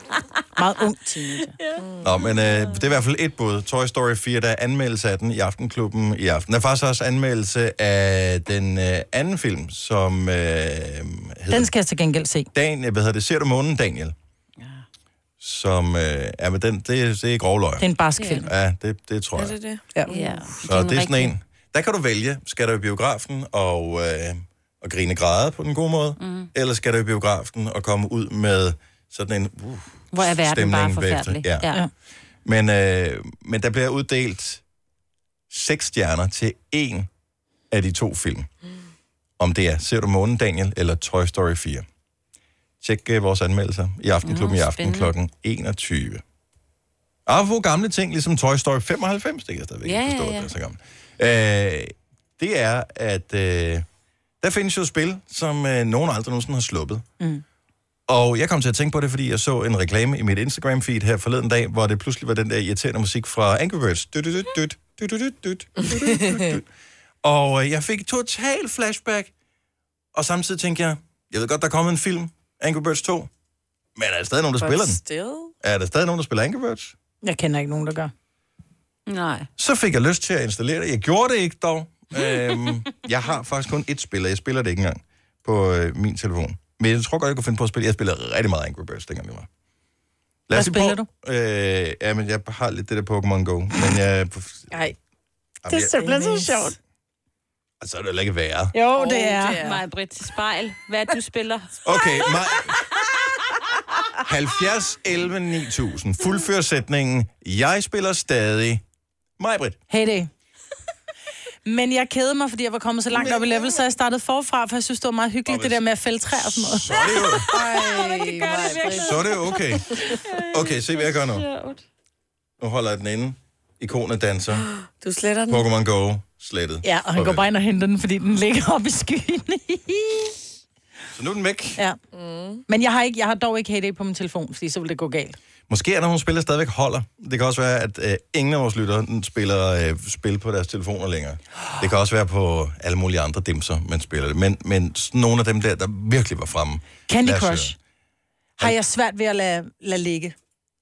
S2: Meget ung teenager.
S1: Nå, men øh, det er i hvert fald et bud. Toy Story 4, der er anmeldelse af den i Aftenklubben i aften. Der er faktisk også anmeldelse af den øh, anden film, som øh, hedder
S2: Den skal jeg til gengæld se.
S1: Daniel, hvad hedder det? Ser du månen, Daniel? Ja. Som, øh, ja, men den, det, er- det er grove løg.
S2: Det er en barsk film.
S1: Ja, det, det tror jeg.
S4: det det?
S2: Ja.
S3: ja.
S1: Så det er sådan en. Der kan du vælge, skal du i biografen og, øh, og grine græde på den gode måde, mm. eller skal du i biografen og komme ud med sådan en... Uh,
S3: Hvor er verden
S1: stemningen
S3: bare
S1: bagefter.
S3: forfærdelig.
S1: Ja.
S3: Ja.
S1: ja. Men, øh, men der bliver uddelt seks stjerner til en af de to film. Mm. Om det er Ser du månen, Daniel, eller Toy Story 4. Tjek øh, vores anmeldelser i Aftenklubben
S13: Nå,
S1: i aften kl.
S13: spændende.
S1: 21. Apropos gamle ting, ligesom Toy Story 95, det kan jeg stadigvæk
S13: Ja,
S1: ikke altså.
S13: ja,
S1: forstå,
S13: ja.
S1: at det er så gammelt. Øh, det er, at øh, der findes jo spil, som øh, nogen aldrig nogensinde har sluppet.
S2: Mm.
S1: Og jeg kom til at tænke på det, fordi jeg så en reklame i mit Instagram-feed her forleden dag, hvor det pludselig var den der irriterende musik fra Angry Birds. Dyt, dyt, dyt, dyt, dyt, dyt, dyt, dyt, dyt, dyt. Og øh, jeg fik total flashback. Og samtidig tænkte jeg, jeg ved godt, der er kommet en film, Angry Birds 2, men er der stadig nogen, der
S2: But
S1: spiller den?
S2: still.
S1: Er der stadig nogen, der spiller Angry Birds?
S2: Jeg kender ikke nogen, der gør.
S3: Nej.
S1: Så fik jeg lyst til at installere det. Jeg gjorde det ikke dog. øhm, jeg har faktisk kun ét spil, og jeg spiller det ikke engang på øh, min telefon. Men jeg tror godt, jeg kunne finde på at spille. Jeg spillede rigtig meget Angry Birds, dengang vi var. Lad
S2: Hvad
S1: os lige prøve-
S2: spiller du?
S1: Øh, ja, men jeg har lidt det der Pokémon Go. Men jeg,
S4: Nej.
S2: Det er simpelthen så sjovt.
S1: så er det heller ikke værre.
S2: Jo, det er.
S3: Maja Britt, spejl. Hvad er det, du spiller?
S1: Okay, mig... 70, 11, 9000. Fuldfør sætningen. Jeg spiller stadig. Majbrit.
S2: Heyday. Men jeg kædede mig, fordi jeg var kommet så langt op i level, så jeg startede forfra, for jeg synes, det var meget hyggeligt, det der med at fælde træer og sådan noget. Så
S1: er det jo.
S2: Ej, man kan gøre det virkelig.
S1: Så er det okay. Okay, se hvad jeg gør nu. Nu holder jeg den inde. Ikonet danser.
S4: Du sletter den.
S1: Pokémon Go. Slettet.
S2: Ja, og han går bare ind og henter den, fordi den ligger oppe i skyen.
S1: Så nu er den væk.
S2: ja.
S4: Mm.
S2: Men jeg har, ikke, jeg har dog ikke Heyday på min telefon, fordi så ville det gå galt.
S1: Måske er der nogle spillere, der stadigvæk holder. Det kan også være, at øh, ingen af vores lyttere den spiller øh, spil på deres telefoner længere. Det kan også være på alle mulige andre dimser, man spiller det. Men, men sådan nogle af dem der, der virkelig var fremme.
S2: Candy
S1: Lad os
S2: Crush. Har jeg svært ved at lade, lade ligge.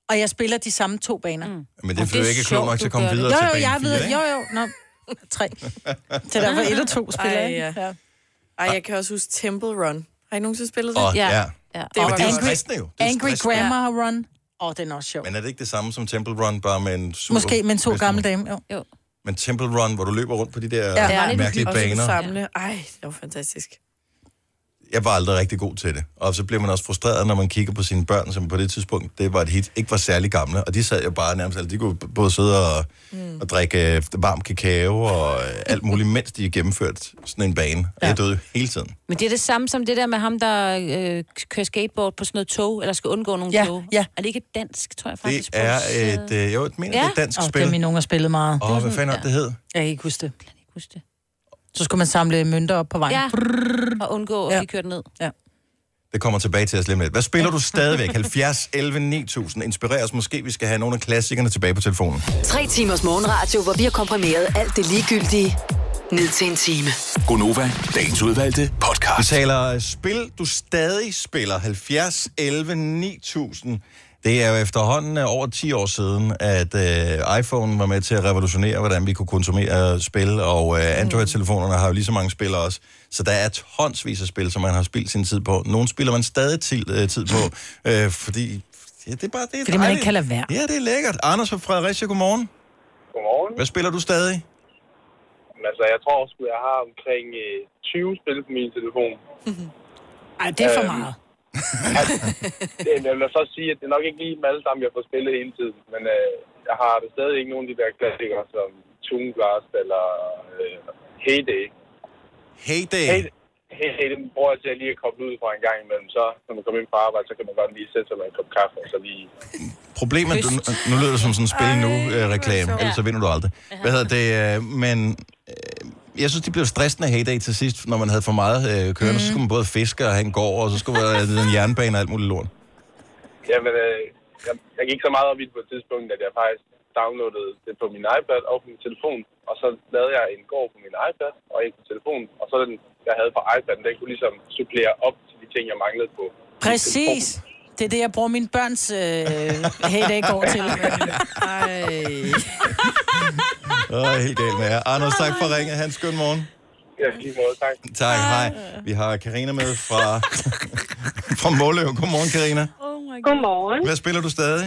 S2: Og jeg spiller de samme to baner. Mm.
S1: høre. Men det er fordi, jeg ikke er klog nok til at komme videre
S2: jo,
S1: til
S2: jo,
S1: bane
S2: jeg ved,
S1: fire, ikke?
S2: jo, jo, nå, tre. Det er derfor et og to spiller,
S4: Ej,
S2: ikke?
S4: ja. ja. Ej, jeg kan også huske Temple Run. Har I nogensinde spillet det?
S1: Åh, ja. Ja.
S4: Det var
S1: Men det er jo
S4: godt.
S1: stressende jo. Det er
S2: Angry
S1: stressende.
S2: Grammar Run. Åh, oh, den er også sjov.
S1: Men er det ikke det samme som Temple Run, bare med en super...
S2: Måske med to gamle dame, jo.
S3: jo.
S1: Men Temple Run, hvor du løber rundt på de der
S4: Ja,
S1: ja,
S4: ja.
S1: mærkelige
S4: Og så
S1: baner.
S4: samle. Ej, det var fantastisk.
S1: Jeg var aldrig rigtig god til det. Og så bliver man også frustreret, når man kigger på sine børn, som på det tidspunkt, det var et hit, ikke var særlig gamle. Og de sad jo bare nærmest, altså, de kunne b- både sidde og, mm. og drikke øh, varm kakao og øh, alt muligt, mens de gennemførte sådan en bane. Og jeg døde jo hele tiden.
S3: Men det er det samme som det der med ham, der øh, kører skateboard på sådan noget tog, eller skal undgå nogle
S2: Ja,
S3: tog.
S2: ja.
S3: Er det ikke et dansk, tror jeg
S1: Det
S3: faktisk?
S1: er
S3: produceret?
S1: et, øh, jo, et, mener,
S3: Ja.
S1: det er et dansk
S2: Åh,
S1: spil.
S2: det er mine unger spillet meget.
S1: Åh, hvad fanden er det, det hed?
S2: Jeg kan ikke huske det. Jeg kan ikke huske det. Så skulle man samle mønter op på vejen.
S3: Ja, og undgå at blive kørt ned.
S2: Ja.
S1: Det kommer tilbage til os lige om lidt. Hvad spiller du stadigvæk? 70, 11, 9000. Inspirer os måske, vi skal have nogle af klassikerne tilbage på telefonen.
S5: Tre timers morgenradio, hvor vi har komprimeret alt det ligegyldige ned til en time.
S14: Gonova, dagens udvalgte podcast.
S1: Vi taler øh, spil, du stadig spiller. 70, 11, 9000. Det er jo efterhånden øh, over 10 år siden, at øh, iPhone var med til at revolutionere, hvordan vi kunne konsumere øh, spil, og
S2: Mm.
S1: øh, Android-telefonerne har jo lige så mange spil også. Så der er tonsvis af spil, som man har spildt sin tid på. Nogle spiller man stadig tid, øh, tid på, øh, fordi ja, det er bare det er
S2: Fordi man
S1: dejligt.
S2: ikke kan lade være.
S1: Ja, det er lækkert. Anders fra Fredericia, godmorgen.
S13: Godmorgen.
S1: Hvad spiller du stadig?
S13: Men altså, jeg tror sgu, jeg har omkring øh, 20 spil på min telefon.
S2: Ej, det er for
S13: Øhm,
S2: meget.
S13: Jamen, jeg vil så sige, at det er nok ikke lige dem alle sammen, jeg får spillet hele tiden. Men øh, jeg har da stadig ikke nogen af de der klassikere, som Toon Blast eller øh, Heyday.
S1: Heyday?
S13: Heyday, den bruger jeg til at lige at koble ud fra en gang imellem. Så når man kommer ind fra arbejde, så kan man godt lige sætte sig med en kop kaffe og så lige...
S1: Problemet, du, nu lyder det som sådan en spil nu-reklame,
S13: sjovt.
S1: ellers så vinder du aldrig. Hvad hedder det? øh, Men øh, jeg synes, det blev stressende heyday til sidst, når man havde for meget øh, kørende. Mm. Så skulle man både fiske og have en gård, og så skulle man have en jernbane og alt muligt lort.
S13: Jamen, øh, jeg, jeg gik så meget op i det på et tidspunkt, at jeg faktisk downloadede det på min iPad og på min telefon. Og så lavede jeg en gård på min iPad og en på telefonen. Og så den, jeg havde på iPad'en, den kunne ligesom supplere op til de ting, jeg manglede på. min telefon.
S2: Præcis. Det er det, jeg bruger mine børns øh, heyday går til. Ej.
S1: Åh, helt galt med jer. Anders, tak for ringet. Hans, skøn morgen.
S13: Ja, lige måde, tak.
S1: Tak, hej. Vi har Karina med fra, fra Måløv. Godmorgen, Karina.
S11: Godmorgen.
S1: Hvad spiller du stadig?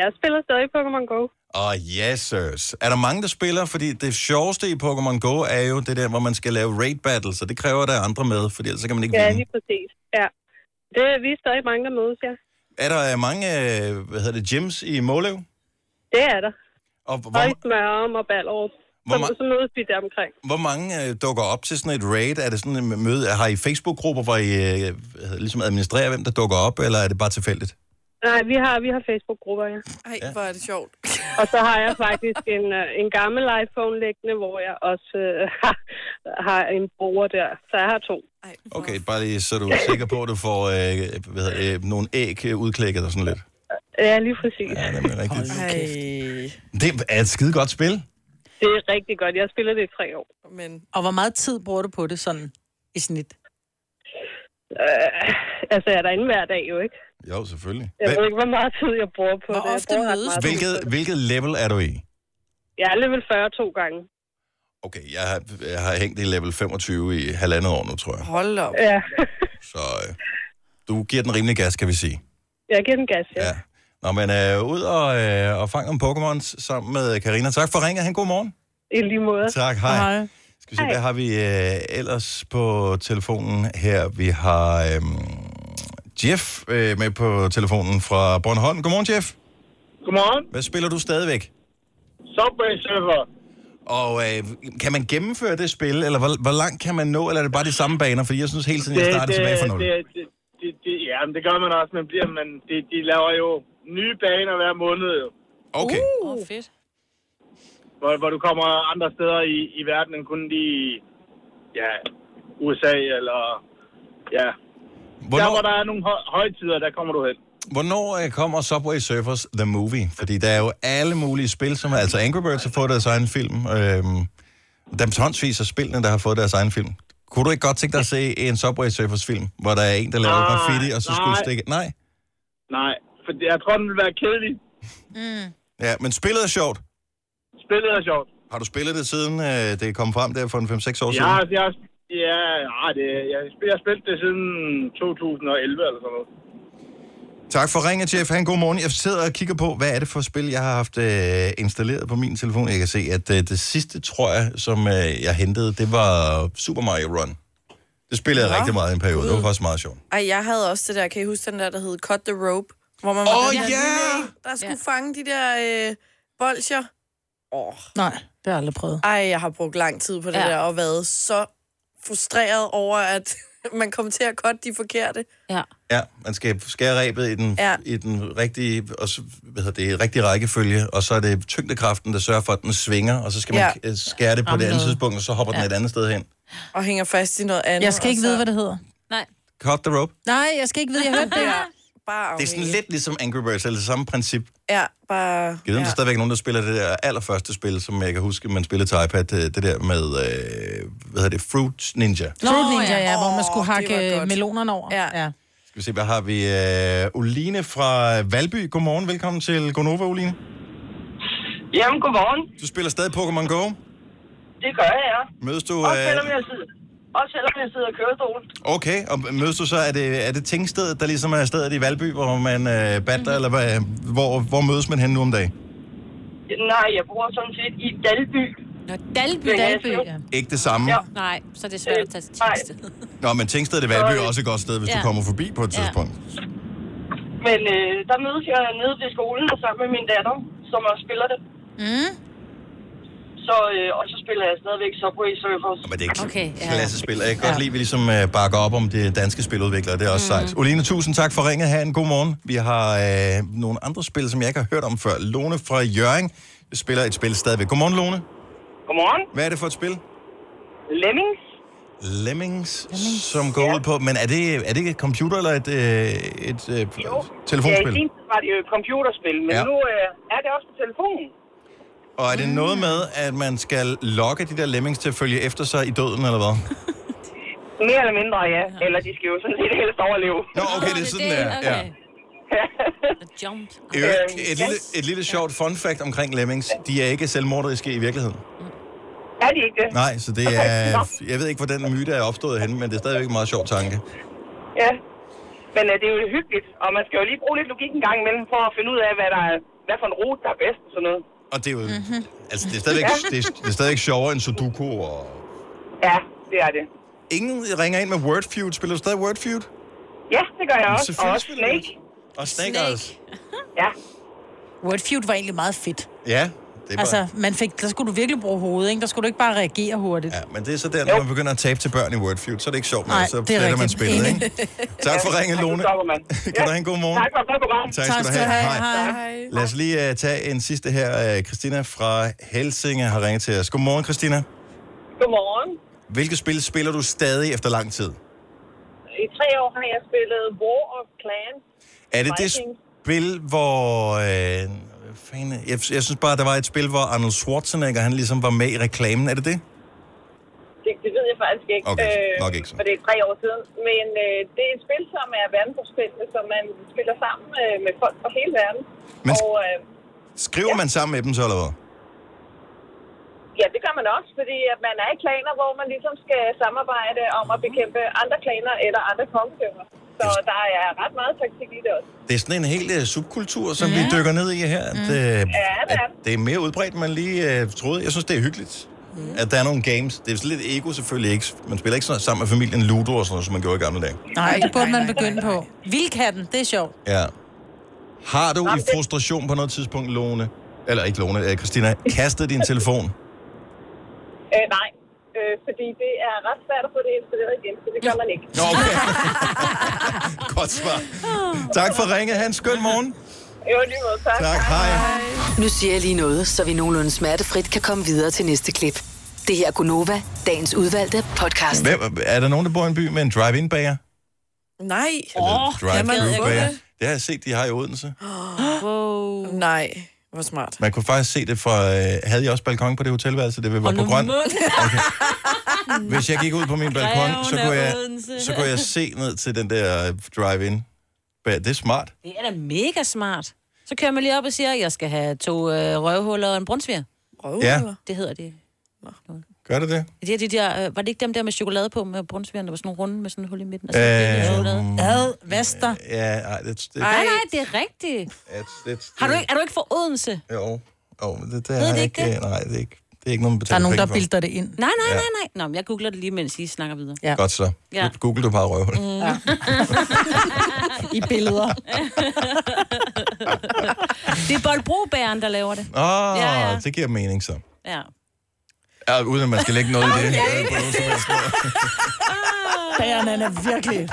S11: Jeg spiller stadig Pokémon Go.
S1: Åh, oh, yes, sirs. Er der mange, der spiller? Fordi det sjoveste i Pokémon Go er jo det der, hvor man skal lave raid battles, og det kræver, at der er andre med, for ellers så kan man ikke
S11: Ja,
S1: vinde.
S11: lige præcis. Ja. Det, vi er stadig mange, der mødes, ja.
S1: Er der øh, mange, øh, hvad hedder det, gyms i Måløv?
S11: Det er der.
S1: Og hvor,
S11: Og i Smørum og Ballerup. Så,
S1: Hvor ma-
S11: så mødes vi der omkring.
S1: hvor mange øh, dukker op til sådan et raid? Er det sådan en møde? Har I Facebook-grupper, hvor I øh, hvad hedder det, ligesom administrerer, hvem der dukker op, eller er det bare tilfældigt?
S11: Nej, vi har, vi har Facebook-grupper, ja.
S4: Ej, hvor er det sjovt.
S11: Og så har jeg faktisk en, øh, en gammel iPhone liggende, hvor jeg også øh, har, har en bruger der. Så jeg har to.
S1: Okay, bare lige så du er sikker på, at du får øh, hvad hedder, det, øh, nogle æg øh, udklækket og sådan lidt.
S11: Ja, lige præcis.
S1: Ja, det er rigtigt.
S4: Ej,
S1: Det er et skide godt spil.
S11: Det er rigtig godt. Jeg har spillet det i tre år.
S4: Men...
S2: Og hvor meget tid bruger du på det sådan i snit?
S11: Øh, altså, jeg er derinde hver dag jo, ikke?
S1: Jo, selvfølgelig.
S11: Jeg
S1: Hvad-
S11: ved ikke, hvor meget tid jeg bruger på det. Jeg
S2: ofte
S11: bruger ret
S2: mødes
S11: meget tid
S1: Hvilket,
S11: på det.
S1: hvilket level er du i?
S11: Jeg er level 40 to gange.
S1: Okay, jeg har, jeg har hængt i level 25 i halvandet år nu, tror jeg.
S4: Hold op.
S11: Ja,
S1: Så øh, du giver den rimelig gas, kan vi sige.
S11: jeg giver den gas, ja.
S1: Nå, men øh, ud og, øh, og fang nogle Pokémons sammen med Karina. Tak for ringet. Han god morgen.
S11: I lige måde.
S1: Tak, hej.
S11: hej.
S1: Skal vi se, hvad har vi øh, ellers på telefonen her? Vi har øh, Jeff øh, med på telefonen fra Bornholm. Godmorgen, Jeff.
S15: Godmorgen.
S1: Hvad spiller du stadigvæk?
S15: Subway Surfer.
S1: Og øh, kan man gennemføre det spil, eller hvor, hvor langt kan man nå, eller er det bare de samme baner? Fordi jeg synes hele tiden, jeg starter tilbage fra nul.
S15: Det, det, det, det, ja, men det gør man også. Man bliver, men de, de laver jo nye baner hver måned. Jo.
S1: Okay.
S16: Åh, oh, fedt.
S15: Hvor, hvor du kommer andre steder i, i verden end kun lige i, ja, USA eller... Ja. Hvornår... Der, hvor der er nogle høj, højtider, der kommer du hen.
S1: Hvornår øh, kommer Subway Surfers The Movie? Fordi der er jo alle mulige spil, som er, altså Angry Birds har fået deres egen film. Øhm, der er tonsvis af spillene, der har fået deres egen film. Kunne du ikke godt tænke dig at se en Subway Surfers film, hvor der er en, der laver
S15: Nej,
S1: graffiti, og så skulle
S15: Ah, nej.
S1: stikke... Nej.
S15: Nej, for jeg tror, den vil være kedelig. Mm.
S1: Ja, men spillet er sjovt.
S15: Spillet er sjovt.
S1: Har du spillet det siden øh, det kom frem der for en 5-6 år
S15: Jeg,
S1: siden?
S15: jeg, ja, ja, det, jeg, jeg har spillet det siden 2011 eller sådan noget.
S1: Tak for ringet, Jeff. Ha' en god morgen. Jeg sidder og kigger på, hvad er det for spil, jeg har haft øh, installeret på min telefon. Jeg kan se, at øh, det sidste, tror jeg, som øh, jeg hentede, det var Super Mario Run. Det spillede jeg
S4: Nå.
S1: rigtig meget i en periode. Det var faktisk meget sjovt.
S4: Ej, jeg havde også det der, kan I huske den der, der hed Cut the Rope? Hvor man var
S1: Åh,
S4: den der
S1: ja!
S4: lille en, der skulle fange de der øh, bolcher. Åh,
S2: Nej, det har jeg aldrig prøvet.
S4: ej, jeg har brugt lang tid på det
S2: Ja.
S4: ja. der, og været så frustreret over, at man kom til at cutte de forkerte.
S16: Ja.
S1: Ja, man skal skære ræbet i den, ja.
S4: Ja.
S1: i den rigtige, og så, hvad hedder det, rigtige rækkefølge, og så er det tyngdekraften, der sørger for, at den svinger, og så skal man
S4: Ja.
S1: ja. skære det på det
S4: Ramme
S1: andet
S4: noget.
S1: tidspunkt, og så hopper ja. den et andet sted hen.
S4: Og hænger fast i noget andet.
S2: Jeg skal
S4: og
S2: ikke
S4: så...
S2: vide, hvad det hedder.
S16: Nej.
S1: Cut the rope.
S2: Nej, jeg skal ikke vide, jeg hørte det.
S4: bare
S1: Det er sådan
S4: afhængig.
S1: lidt ligesom Angry Birds, eller det samme princip.
S4: Ja, bare...
S1: Jeg ved,
S4: ja.
S1: ja. der er stadigvæk nogen, der spiller det der allerførste spil, som jeg kan huske, man spillede til iPad, øh, det der med, øh, hvad hedder det, Fruit Ninja.
S2: Nå, Fruit Ninja, ja, hvor man skulle
S4: Åh, det var
S2: hakke
S4: godt.
S2: melonerne over. Ja. ja.
S1: Skal vi se, hvad har vi? Øh, Uline fra Valby. Godmorgen, velkommen til Gonova, Uline.
S11: Jamen, godmorgen.
S1: Du spiller stadig Pokémon Go?
S11: Det gør jeg, ja.
S1: Mødes du...
S11: Også
S1: Øh,
S11: selvom jeg sidder, også selvom jeg sidder i kørestolen.
S1: okay, og mødes du så... Er det, er det tingstedet, der ligesom er stedet i Valby, hvor man øh,
S11: Mhm.
S1: battler, mm-hmm. eller hvad, hvor, hvor mødes man hen nu om dagen?
S11: Nej, jeg bor sådan set i Dalby.
S3: Nå, Dalby,
S11: Men jeg
S3: Dalby.
S11: synes-
S3: Ja.
S1: Ikke det samme?
S3: Ja. Nej, så er det svært at tage
S11: Øh,
S3: til tjeneste.
S1: Nå, men tingstedet i Valby er også et godt sted, hvis ja.
S11: Ja.
S1: du kommer forbi på et
S11: Ja.
S1: tidspunkt.
S11: Men øh, der mødes jeg nede ved skolen sammen med min datter, som også spiller det. Mm. Så, øh, og så spiller jeg stadigvæk Subway Surfers.
S1: Men det er ikke
S11: okay,
S1: Klassespil. Og jeg kan godt lide, at vi ligesom øh, bakker op om det danske spiludviklere. Det er også mm. sejt. Oline, tusind tak for ringet. Ha' en god morgen. Vi har øh, nogle andre spil, som jeg ikke har hørt om før. Lone fra Jøring spiller et spil stadigvæk. Godmorgen, Lone.
S11: Godmorgen.
S1: Hvad er det for et spil?
S11: Lemmings.
S1: Lemmings, Lemmings. som går ud på... Men er det, er det et computer eller et, øh, et øh, telefonspil?
S11: Ja, i sin tid var det jo et computerspil, men
S1: Ja.
S11: ja. nu øh, er det også på telefonen.
S1: Og er det noget med, at man skal lokke de der lemmings til at følge efter sig i døden, eller hvad?
S11: Mere eller mindre, ja. Eller de skal jo sådan set helst overleve.
S1: Nå, okay, det er sådan, det er. Ja.
S3: Jump.
S1: I
S11: Øhm,
S1: øvrigt,
S11: Øh,
S1: Et lille, et lille sjovt fun fact omkring lemmings. De er ikke selvmorderiske i virkeligheden.
S11: Er de ikke det?
S1: Nej, så det er... Jeg ved ikke, hvor den myte er opstået henne, men det er stadigvæk en meget sjov tanke.
S11: Ja. Men øh, det er jo hyggeligt, og man skal jo lige bruge lidt logik en gang imellem for at finde ud af, hvad, der er, hvad for en rute, der er bedst og sådan noget.
S1: Og det er jo...
S11: Mhm.
S1: Altså, det er stadigvæk, det er, det er stadigvæk sjovere end Sudoku og...
S11: Ja, det er det.
S1: Ingen ringer ind med Word Feud. Spiller du stadig Word Feud?
S11: Ja, det gør jeg
S1: Men
S11: også. Og
S1: selvfølgelig
S11: også
S1: spiller du
S11: Snake.
S1: Og Snake, Snake. også.
S11: Ja.
S2: Wordfeud var egentlig meget fedt.
S1: Ja, det er
S2: Altså,
S1: altså...
S2: man fik, der skulle du virkelig bruge hovedet, ikke? Der skulle du ikke bare reagere hurtigt. Ja,
S1: Men det er så der, når man begynder at tabe til børn i Word Feud, så er det ikke sjovt, men
S2: Nej,
S1: så
S2: det er
S1: pletter man
S2: rigtigt.
S1: spillet, ikke? Tak for ringet, Lone.
S11: Kan
S1: du have en god morgen?
S11: Tak for et godt program.
S1: Tak skal du have. Hej.
S11: Hej.
S1: Lad os lige uh, tage en sidste her. Uh, Christina fra Helsinge har ringet til os. Godmorgen, Christina.
S17: Godmorgen.
S1: Hvilket spil spiller du stadig efter lang tid?
S17: I tre år har jeg spillet War of Clans.
S1: Er det det
S17: Vikings.
S1: spil, hvor... Øh, hvad fanden, jeg, jeg synes bare, der var et spil, hvor Arnold Schwarzenegger han ligesom var med i reklamen. Er det det?
S17: Det, det ved jeg faktisk ikke. Øh,
S1: Okay, nok ikke så.
S17: For det er tre år siden. Men øh, det er et spil, som er verdensomspændende, som man spiller sammen øh, med folk fra hele verden.
S1: Men-
S17: Og øh,
S1: Skriver ja. man sammen med dem så, eller hvad?
S17: ja, det gør man også, fordi at man er i klaner, hvor man ligesom skal samarbejde om at bekæmpe andre klaner eller andre kongedømmer. Så der er ret meget taktik i det også.
S1: Det er sådan en helt uh, subkultur, som ja. vi dykker ned i her. At, uh, ja, det,
S17: er.
S1: at det er mere udbredt, end man lige uh, troede. Jeg synes, det er hyggeligt, mm. at der er nogle games. Det er sådan lidt ego selvfølgelig ikke. Man spiller ikke sådan, sammen med familien Ludo og sådan noget, som man gjorde i gamle dage.
S2: Nej, det burde man begynde på. Vildkatten, det er sjovt.
S1: Ja. Har du i frustration på noget tidspunkt, Lone, eller ikke Lone, uh, Christina, kastet din telefon?
S17: Øh, nej, øh, fordi det er ret svært at få det installeret igen, så det gør man ikke.
S1: Nå, okay. Godt svar. Tak for ringet. Ha' en skøn morgen.
S17: Jo, lige måde, tak.
S1: Tak, hej.
S5: Nu siger jeg lige noget, så vi nogenlunde smertefrit kan komme videre til næste klip. Det her er Gunova, dagens udvalgte podcast.
S1: Hvem, er der nogen, der bor i en by med en drive-in-bager?
S4: Nej.
S1: Eller drive-thru-bager? Det har jeg set, de har i Odense.
S4: Wow. Nej, hvor smart.
S1: Man kunne faktisk se det fra... Øh, havde jeg også balkon på det hotelværelse, det var på grøn. Hvis jeg gik ud på min balkon, så
S3: Greven af
S1: kunne, jeg,
S3: Odense.
S1: så kunne jeg se ned til den der øh, drive-in. bager. Det er smart.
S3: Det er da mega smart. Så kører man lige op og siger, at jeg skal have to øh, røvhuller og en brunsviger.
S1: Røvhuller? Ja.
S3: Det hedder det.
S1: Gør det det?
S3: Det er de der, øh, var det ikke dem der med chokolade på med brunsvigerne? Der var sådan nogle runde med sådan en hul i midten. Og
S1: Øhm,
S3: sådan øh, Ad,
S2: Vester.
S1: Ja, ej, det, det,
S3: Nej, nej, det er rigtigt.
S1: det, det,
S3: Har du ikke, er du ikke for Odense?
S1: Jo, jo men det, det,
S3: Ved
S1: har
S3: det
S1: jeg
S3: ikke
S1: ikke,
S3: det?
S1: Nej, det er ikke, det er ikke noget, man
S2: Der
S1: betaler
S2: er nogen,
S1: penge
S2: der
S1: for.
S2: bilder det ind.
S3: Nej, nej,
S1: Ja.
S3: nej, nej. Nå, men jeg googler det lige, mens I snakker videre.
S1: Ja. Godt så.
S3: Ja.
S1: Ja. Google du bare røvhul. Mm.
S3: Ja.
S2: I billeder.
S3: det er Boldbrobæren, der laver det.
S1: Åh, oh,
S3: Ja,
S1: ja,
S3: ja.
S1: ja. det giver mening så.
S3: Ja.
S1: Ja, uden at man skal lægge noget i det.
S3: Okay.
S1: Øh, på nogen som helst måde.
S2: Bagerne er virkelig...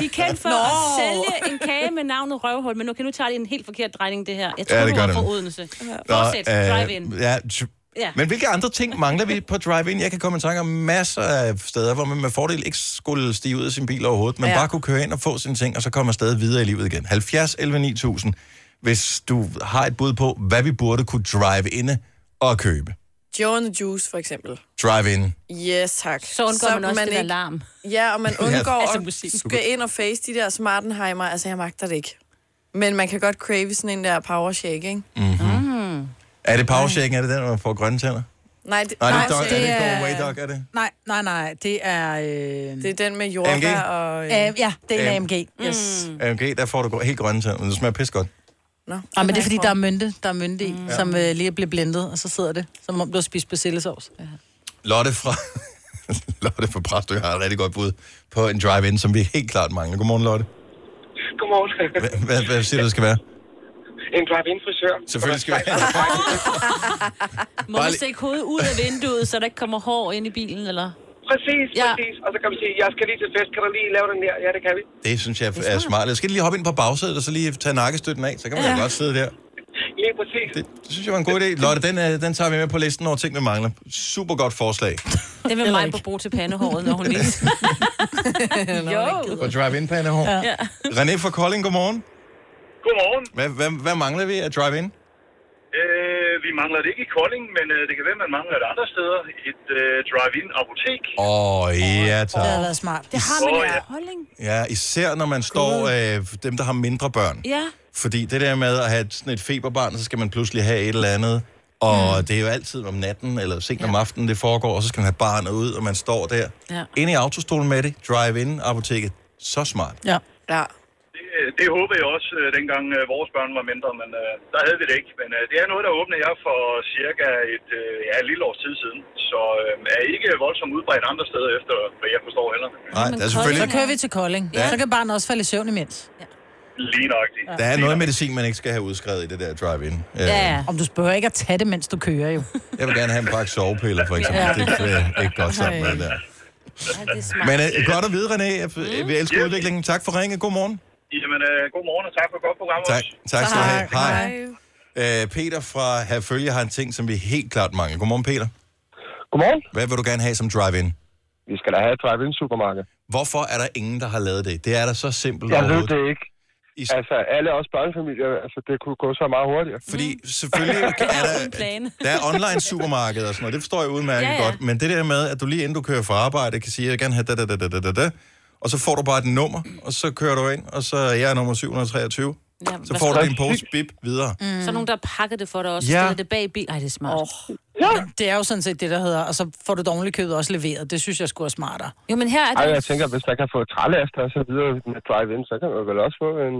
S3: De er kendt for
S2: Nå.
S3: Nå. at sælge en kage med navnet Røvhul, men nu kan nu tage det i en helt forkert drejning, det her. Jeg tror,
S1: Ja, det
S3: du
S1: gør
S3: var
S1: det.
S3: fra Odense. Fortsæt,
S1: øh,
S3: drive-in.
S1: Ja, t-
S3: Ja.
S1: Men hvilke andre ting mangler vi på drive-in? Jeg kan komme i tanke om masser af steder, hvor man med fordel ikke skulle stige ud af sin bil overhovedet, men ja.
S4: Ja.
S1: bare kunne køre ind og få sine ting, og så komme afsted videre i livet igen. 70 11 9000, hvis du har et bud på, hvad vi burde kunne drive inde og købe.
S4: Joe and the Juice, for eksempel.
S1: Drive-in.
S4: Yes, tak.
S3: Så undgår man også den alarm.
S4: Ja, og man
S1: Ja,
S4: undgår
S1: altså
S4: at
S1: musikken.
S4: skulle ind og face de der smartenheimer. Altså, jeg magter det ikke. Men man kan godt crave sådan en der power shake, ikke?
S1: Mm-hmm.
S4: Mm.
S1: Er det powershaken? Er det den, hvor man får grønne tænder?
S4: Nej, det,
S1: Nej, det
S4: nej,
S1: er dog- er det
S4: er-
S1: Go Away Dog, er det?
S2: Nej, nej, nej. Det er... Øh...
S4: Det er den med jordbær
S1: AMG?
S4: og...
S2: Øh, ja, det er en
S1: AM.
S2: AMG. Yes. Mm.
S1: Okay, der får du gr- helt grønne tænder, men det smager pis godt.
S4: Nå,
S2: Ah, men det er fordi, der er mynte, der er mynte i, mm. som øh, lige er blevet blendet, og så sidder det, som om du har spist persillesovs. Ja.
S1: Lotte fra... Lotte fra Præstø har et rigtig godt bud på en drive-in, som vi helt klart mangler. Godmorgen, Lotte.
S18: Godmorgen.
S1: Hvad- Hvad, hvad siger du, det skal være?
S18: en drive-in frisør.
S1: Selvfølgelig skal vi
S3: Må man stikke hovedet ud af vinduet, så der ikke kommer hår ind i bilen, eller?
S18: Præcis, ja. præcis. Og så kan vi sige, jeg skal lige til fest, kan du lige lave den der? Ja, det kan vi.
S1: Det synes jeg er smart. Jeg skal lige hoppe ind på bagsædet, og så lige tage nakkestøtten af. Så kan man ja.
S18: Ja.
S1: godt sidde der.
S18: Lige præcis.
S1: Det, det synes jeg var en god idé. Lotte, den, øh, den tager vi med på listen over ting, vi mangler. Super godt forslag.
S3: Det vil mig på bruge til pandehåret, når hun lige... jo.
S1: På drive-in på NH. Ja.
S3: Ja.
S1: René fra Kolding, godmorgen.
S15: Godmorgen.
S1: Hvad, hvad, hvad mangler vi af drive-in?
S15: Øh, vi mangler det ikke i Kolding, men øh, det kan være, man mangler det andre steder. Et øh, drive-in apotek.
S1: Åh, oh, ja
S2: Det har
S1: tak.
S2: været smart. Det har man
S15: Åh,
S2: oh, ja.
S15: ja.
S2: holdning.
S1: Ja, især når man står, øh, dem der har mindre børn.
S2: Ja.
S1: Fordi det der med at have sådan et feberbarn, så skal man pludselig have et eller andet. Og mm. det er jo altid om natten eller sent om aftenen, det foregår, og så skal man have barnet ud, og man står der.
S2: Ja.
S1: Ind i autostolen med det, drive-in, apoteket. Så smart.
S2: Ja.
S4: ja.
S15: Det, det håbede jeg også, øh, dengang øh, vores børn var mindre, men øh, der havde vi det ikke. Men øh, det er noget, der åbnede jeg for cirka et, øh, ja, et lille års tid siden. Så øh, er ikke voldsomt udbredt andre steder efter, hvad jeg forstår heller.
S1: Nej, der er selvfølgelig...
S2: Så kører vi til Kolding.
S1: Ja.
S2: Ja. Så kan barnet også falde i søvn imens.
S15: Lige nøjagtigt.
S1: Der er noget medicin, man ikke skal have udskrevet i det der drive-in. Øh,
S2: Om du spørger ikke at tage det, mens du kører jo.
S1: Jeg vil gerne have en pakke sovepiller, for eksempel.
S2: Ja.
S1: Det er øh, ikke godt sammen med det der. Men øh, godt at vide, René. Jeg- Vi elsker udviklingen. Tak for ringe. God morgen.
S15: Jamen, øh, god morgen og tak for et godt program.
S1: Tak,
S15: også.
S1: tak skal du have. Hej. Øh, Peter fra Herfølge har en ting, som vi helt klart mangler. Godmorgen, Peter.
S18: Godmorgen.
S1: Hvad vil du gerne have som drive-in?
S18: Vi skal da have et drive-in supermarked.
S1: Hvorfor er der ingen, der har lavet det? Det er da så simpelt
S18: Jeg ved
S1: overhovedet.
S18: det ikke. Altså, alle os børnefamilier, altså, det kunne gå så meget hurtigere. Mm.
S1: Fordi selvfølgelig er der... Der er online supermarkeder og sådan noget, det forstår jeg udmærket ja,
S18: Ja,
S1: ja.
S18: ja.
S1: godt. Men det der med, at du lige inden du kører fra arbejde, kan sige, jeg vil gerne have da, da, da, da, da, da, da, og så får du bare et nummer, og så kører du ind, og så er jeg nummer 723.
S3: Ja,
S1: Så
S3: hvad
S1: får du
S3: skal-
S1: din pose, bip, videre.
S3: Mm. Så er nogen, der pakker det for dig også,
S1: Ja.
S3: ja. stiller det bag i bil. Ej, det er smart. Oh.
S2: Ja. Det er jo sådan set det, der hedder, og så får du dårligt købet også leveret. Det synes jeg skulle er smartere.
S3: Jo, men her er
S18: Ej,
S3: det...
S18: jeg tænker, hvis man kan få trælaster og så videre med drive-in, så kan man vel også få en,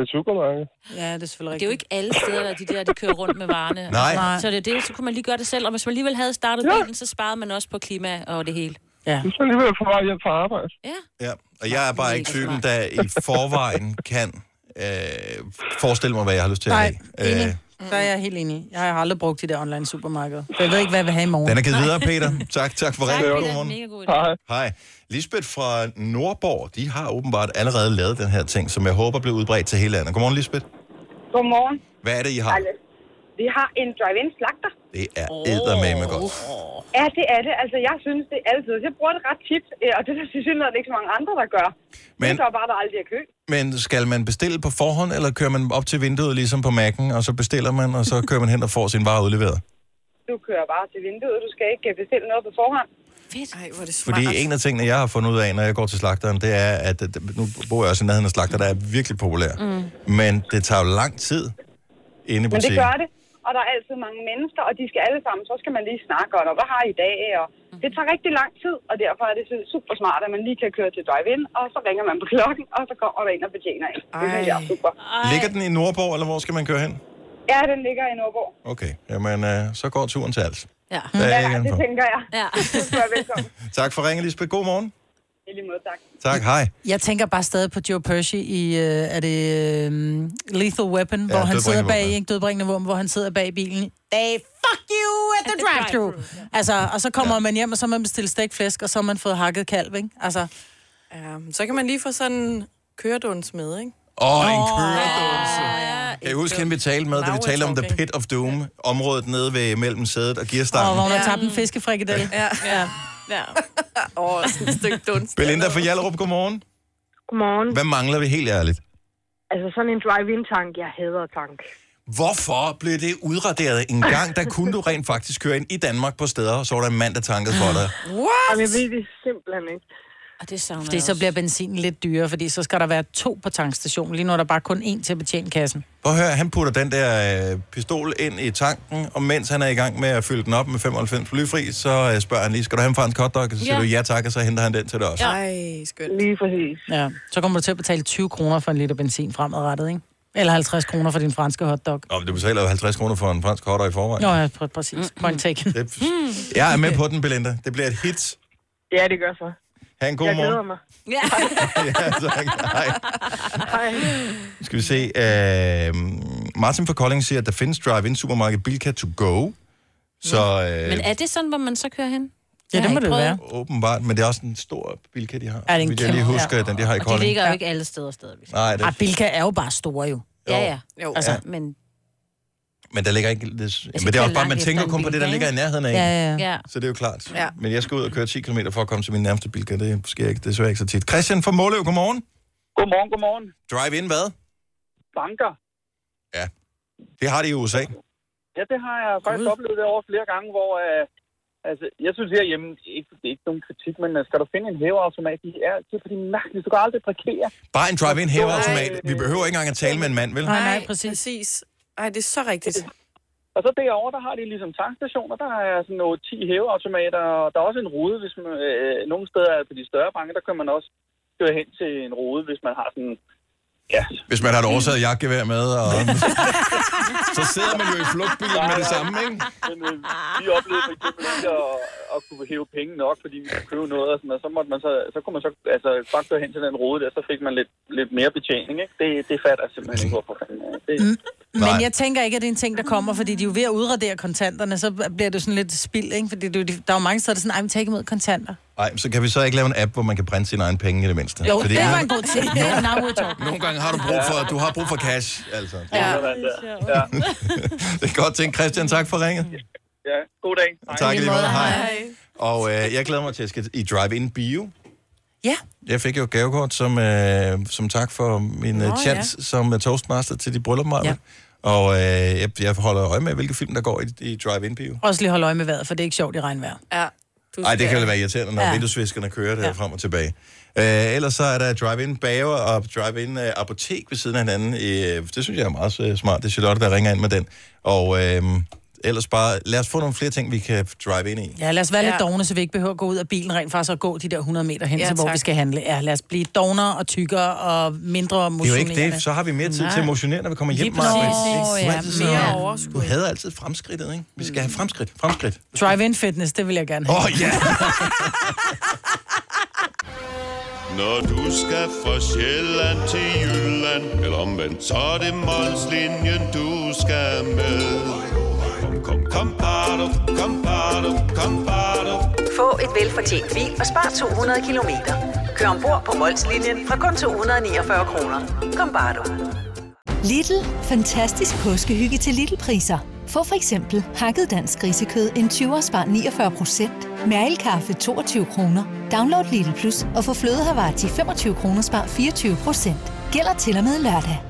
S18: en supermarked.
S2: Ja, det er selvfølgelig
S3: Det er jo ikke alle steder, der de der, de kører rundt med varerne. Altså,
S18: Nej.
S3: Så det er det, så kunne man lige gøre det selv. Og hvis man alligevel havde startet ja. bilen, så sparede man også på klima og det hele.
S2: Ja.
S18: Du skal lige være på vej hjem fra arbejde.
S1: Ja, og jeg er bare ikke typen, der i forvejen kan øh, forestille mig, hvad jeg har lyst til at
S2: Nej,
S1: have. Øh,
S2: enig. Så er jeg helt enig. Jeg har aldrig brugt de der online supermarkeder. For jeg ved ikke, hvad jeg vil have i morgen.
S1: den er givet videre, Peter. Tak, tak for ringen.
S2: Peter.
S1: Godmorgen.
S2: Mega god idé.
S18: Hej.
S1: Hej. Lisbeth fra Nordborg, de har åbenbart allerede lavet den her ting, som jeg håber bliver udbredt til hele landet. Godmorgen, Lisbeth.
S19: Godmorgen.
S1: Hvad er det, I har?
S19: Alle. Vi har en drive-in slagter.
S1: Det er eddermame godt.
S19: Ja, det er det. Altså, jeg synes, det er altid. Jeg bruger det ret tit, øh, og det er der synes jeg, ikke så mange andre, der gør. Men... Det
S1: Men-
S19: gør bare, der aldrig er kø.
S1: Men skal man bestille på forhånd, eller kører man op til vinduet, ligesom på Mac'en, og så bestiller man, og så kører man hen og får sin vare udleveret?
S19: Du kører bare til vinduet. Du skal ikke øh, bestille noget på forhånd. Fedt. Ej, hvor er det
S1: Fordi en af tingene, jeg har fundet ud af, når jeg går til slagteren, det er, at at- nu bor jeg også i nærheden af slagter, der er virkelig populær. Mm. Men det tager jo lang tid inde i
S19: Men det
S1: butikken.
S19: gør det, og der er altid mange mennesker, og de skal alle sammen, så skal man lige snakke om, "Nå, hvad har I i dag, og det tager rigtig lang tid, og derfor er det sy- super smart, at man lige kan køre til drive-in, og så ringer man på klokken, og så kommer der en og betjener en. Det synes jeg er super.
S1: Ligger den i Nordborg, eller hvor skal man køre hen?
S19: Ja, den ligger i Nordborg.
S1: Okay, jamen øh, så går turen til alt.
S19: Ja,
S1: Der er ikke andet
S19: det
S1: på.
S19: tænker jeg. Ja. Det skal være velkommen.
S1: Tak for ringen, Lisbeth. God morgen.
S19: I lige måde, tak.
S1: Tak, hej.
S2: Jeg tænker bare stadig på Joe Pesci i, øh, er det øh, Lethal Weapon, ja, hvor han
S1: dødbringende
S2: sidder bag,
S1: våben, ja.
S2: ikke dødbringende våben, hvor han sidder bag i bilen. They fuck you at the drive-thru. Altså, og så kommer ja. man hjem, og så har man bestilt stegt flæsk, og så har man fået hakket kalv, ikke? Altså,
S4: Ja, så kan man lige få sådan en køreduns med, ikke?
S2: Ah,
S1: Åh, oh, en køredunse.
S4: Ja,
S1: Kan jeg huske, hende vi talte med, da vi talte om The Pit of Doom, området nede ved mellem sædet og
S2: Og
S1: gearstangen.
S2: hvor man tager den fiskefrikadelle.
S4: Ja.
S2: ja.
S4: Ja. Åh, oh, sådan et stykke dunst.
S1: Belinda fra Hjallerup, godmorgen.
S20: Godmorgen.
S1: Hvad mangler vi helt ærligt?
S20: Altså sådan en drive-in-tank, jeg hader tank.
S1: Hvorfor blev det udraderet en gang, der kunne du rent faktisk køre ind i Danmark på steder, og så var der en mand, der tankede for dig?
S20: What? Jamen, jeg ved det simpelthen ikke.
S3: Og det savner
S2: Fordi så bliver benzinen lidt dyrere, fordi så skal der være to på tankstationen. Lige nu er der bare kun én til at betjene kassen.
S1: Prøv at høre, han putter den der øh, pistol ind i tanken, og mens han er i gang med at fylde den op med 95 blyfri, så øh, spørger han lige, skal du have en fransk hotdog? Og så siger
S2: Ja.
S1: du ja tak, og så henter han den til dig også.
S4: Ej, skønt.
S20: Lige præcis.
S2: Ja. Så kommer du til at betale 20 kroner for en liter benzin fremadrettet, ikke? Eller 50 kroner for din franske hotdog.
S1: Og du betaler jo 50 kroner for en fransk hotdog i forvejen.
S2: Nå ja, pr- præcis. Point taken.
S1: Det, jeg er med på den, Belinda. Det bliver et hit.
S20: Ja, det gør så.
S1: Ha' en god
S20: jeg glæder
S1: morgen.
S20: mig.
S3: Ja.
S1: ja, tak. Hej.
S20: Hej.
S1: Skal vi se. Øh, Martin fra Kolding siger, at der findes drive-in supermarked Bilka to go. Så øh,
S3: Men er det sådan, hvor man så kører hen?
S1: Ja,
S3: Jeg
S1: det
S3: har
S1: må
S3: ikke
S1: det
S3: prøvet.
S1: være. Åbenbart, men det er også en stor bilka, de har.
S2: Ja, det er en
S1: så vidt jeg lige
S2: kæmpe-
S1: husker,
S2: ja.
S1: den de har i
S3: Og de
S1: Kolding.
S3: ligger jo ikke alle steder stadigvæk.
S1: Nej, det
S2: Ah, Bilka er jo bare store jo.
S3: Ja, ja.
S4: Jo.
S2: Altså,
S1: Ja.
S3: Men
S1: Men der ligger ikke... Det,
S3: skal
S1: men det er også
S3: køre
S1: bare, man
S3: langt
S1: tænker
S3: efter
S1: kun
S3: en
S1: på det,
S3: Bilka,
S1: der ligger i
S3: ikke?
S1: nærheden af en.
S3: Ja, ja, ja.
S1: Så det er jo klart.
S3: Ja.
S1: Men jeg skal ud og køre 10 km for at komme til min nærmeste bilka. Det sker ikke, desværre ikke så tit. Christian fra Måløv, godmorgen.
S21: Godmorgen, godmorgen.
S1: Drive-in hvad?
S21: Banker.
S1: Det har de i USA.
S21: Ja, det har jeg faktisk oplevet derovre flere gange, hvor... Øh, altså, jeg synes herhjemme, ikke, det er ikke nogen kritik, men øh, skal du finde en hæveautomat, de er altid på de mærkelige. Du kan aldrig parkere.
S1: Bare en drive-in hæveautomat. Vi behøver ikke engang at tale med en mand, vel?
S2: nej, præcis.
S4: præcis. Ej, det er så rigtigt.
S21: Og så derovre, der har de ligesom tankstationer, der er sådan noget 10 hæveautomater, og der er også en rude, hvis man, øh, nogle steder på de større banker, der kan man også køre hen til en rude, hvis man har sådan... Ja.
S1: Hvis man har et oversaget jagtgevær med, og... så sidder man jo i flugtbilen med det samme, ikke?
S21: Men øh, vi oplevede for eksempel ikke at, at kunne hæve penge nok, fordi vi kunne købe noget og sådan noget. Så, måtte man så, så kunne man så altså, bare gå hen til den rode der, så fik man lidt, lidt mere betjening. Ikke? Det, det fatter jeg simpelthen ikke, hvorfor fanden. øh, Det,
S2: Men jeg tænker ikke, at det er en ting, der kommer, fordi de er jo ved at udradere kontanterne, så bliver det sådan lidt spild, ikke? Fordi det, er jo de- der er jo mange steder, der er sådan, ej, vi tager ikke imod kontanter.
S1: Nej, så kan vi så ikke lave en app, hvor man kan printe sine egne penge i det mindste.
S2: Jo,
S1: Fordi
S2: det var
S1: nogle-
S2: en god ting. Det er en now
S1: Nogle gange har du brug for, du har brug for cash, altså.
S2: Ja.
S21: Ja.
S1: Det er godt tænkt. Christian, tak for ringet.
S21: ja, god dag.
S1: Tak i lige måde. Hej. Og øh, jeg glæder mig til, at jeg skal i drive-in bio.
S2: Ja.
S1: Jeg fik jo et gavekort som, øh, som tak for min øh,
S2: Nå,
S1: chance ja. som øh, toastmaster til dit bryllup, ja. Og øh, jeg, jeg holder øje med, hvilke film, der går i, i drive-in bio.
S2: Også lige holde øje med vejret, for det er ikke sjovt i regnvejr.
S4: Ja. Du
S1: Nej, det kan jo være irriterende, når ja.
S2: Ja.
S1: vinduesviskerne kører det ja. frem og tilbage. Øh, ellers så er der drive-in bager og drive-in øh, apotek ved siden af hinanden. Øh, det synes jeg er meget øh, smart. Det er Charlotte, der ringer ind med den. Og øh, ellers bare, lad os få nogle flere ting, vi kan drive ind i.
S2: Ja, lad os være ja.
S4: Ja.
S2: lidt dogne, så vi ikke behøver at gå ud af bilen rent faktisk og gå de der 100 meter hen ja,
S4: Ja,
S2: til, hvor
S4: tak.
S2: vi skal handle. Ja, lad os blive dognere og tykkere og mindre
S1: Det er jo
S2: motionerende.
S1: ikke det. Så har vi mere tid Nej. til at motionere, når vi kommer hjem.
S2: Lige præcis. Nå,
S1: Maja.
S2: ja,
S1: Du
S2: mere
S1: havde-
S2: overskud.
S1: Du havde altid fremskridtet, ikke? Vi skal have fremskridt, fremskridt.
S2: Drive-in fitness, det vil jeg gerne have.
S1: Åh, oh, ja!
S22: Når du skal fra Sjælland til Jylland, eller omvendt, så er det Molslinjen, du skal med. Kom, kom, kom, bado, kom, bado, kom, bado.
S23: Få et velfortjent bil og spar 200 kilometer. Kør ombord på Molslinjen fra kun 249 kroner. Kom bare du.
S24: Lidl. Fantastisk påskehygge til Lidl-priser. Få for eksempel hakket dansk grisekød en 20 spar 49 procent. Mærelkaffe 22 kroner. Download Lidl Plus og få flødehavar til 25 kroner spar 24 procent. Gælder til og med lørdag.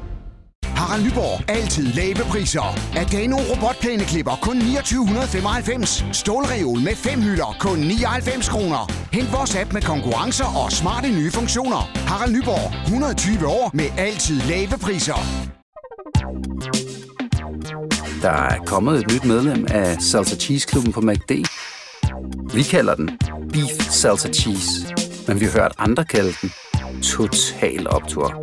S25: Harald Nyborg. Altid lave priser. Adano robotplæneklipper kun 2995. Stålreol med fem hylder kun 99 kroner. Hent vores app med konkurrencer og smarte nye funktioner. Harald Nyborg. 120 år med altid lave priser.
S26: Der er kommet et nyt medlem af Salsa Cheese Klubben på MACD. Vi kalder den Beef Salsa Cheese, men vi har hørt andre kalde den Total Optor.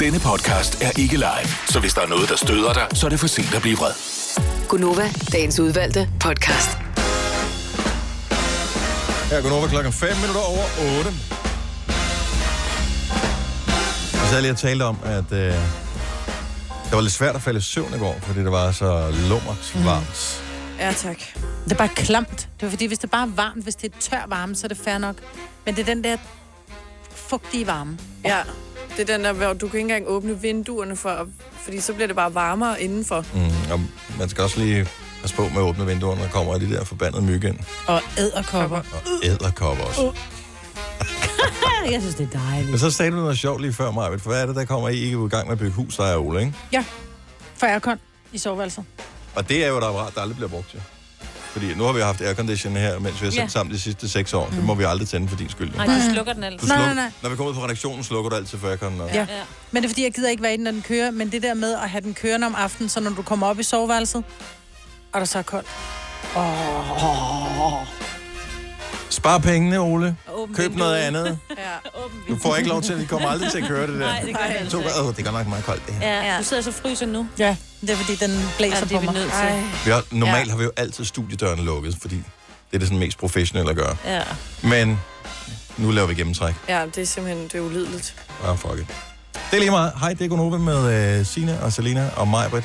S27: Denne podcast er ikke live, så hvis der er noget, der støder dig, så er det for sent at blive vred.
S5: Gunova, dagens udvalgte podcast.
S1: Her går over klokken 5 minutter over 8. Jeg sad lige og talte om, at øh, det var lidt svært at falde i søvn i går, fordi det var så lummert varmt.
S4: Ja, tak.
S2: Det er bare klamt. Det er fordi, hvis det bare er varmt, hvis det er tør varme, så er det fair nok. Men det er den der fugtige varme.
S4: Ja. Det er den der, hvor du kan ikke engang åbne vinduerne for, at- fordi så bliver det bare varmere indenfor.
S1: Mm, og man skal også lige passe på med at åbne vinduerne, når der kommer de der forbandede myg ind.
S2: Og æderkopper.
S1: Æderkopper også.
S2: jeg synes, det er dejligt.
S1: Men så sagde du noget sjovt lige før, Maja. For hvad er det, der kommer I ikke i gang med at bygge hus, der er Ole, ikke?
S2: Ja, for aircon i soveværelset.
S1: Og det er jo et apparat, der aldrig bliver brugt til. Fordi nu har vi haft aircondition her, mens vi har
S2: Ja.
S1: siddet ja. sammen de sidste seks år. Det må vi aldrig tænde for din skyld.
S3: Nej, du slukker den
S1: Du
S3: altid.
S1: slukker, Når vi kommer ud på redaktionen, slukker du altid for airconen. Og...
S2: Ja. ja. Men det er fordi, jeg gider ikke være i den, når den kører, men det der med at have den kørende om aftenen, så når du kommer op i soveværelset, og der så er koldt. Åh.
S1: Spar pengene, Ole.
S2: Åbn
S1: Køb noget andet.
S4: Ja.
S1: Du får ikke lov til, at de kommer aldrig til at køre det der.
S3: Nej, det gør det altså
S1: to,
S3: ikke.
S1: Åh, det er godt nok meget koldt, det her.
S3: Ja, du sidder så og fryser nu.
S2: Ja, det er fordi, den blæser
S3: ja, det er
S2: på
S3: vi
S2: mig.
S3: nødt til.
S2: Ej.
S1: Vi har, normalt ja. har vi jo altid studiedørene lukket, fordi det er det sådan mest professionelle at gøre.
S4: Ja.
S1: Men nu laver vi gennemtræk.
S4: Ja, det er simpelthen, det er ulideligt.
S1: Ah, fuck it. Det er lige meget. Hej, det er Gunova med uh, Sina og Selina og Majbrit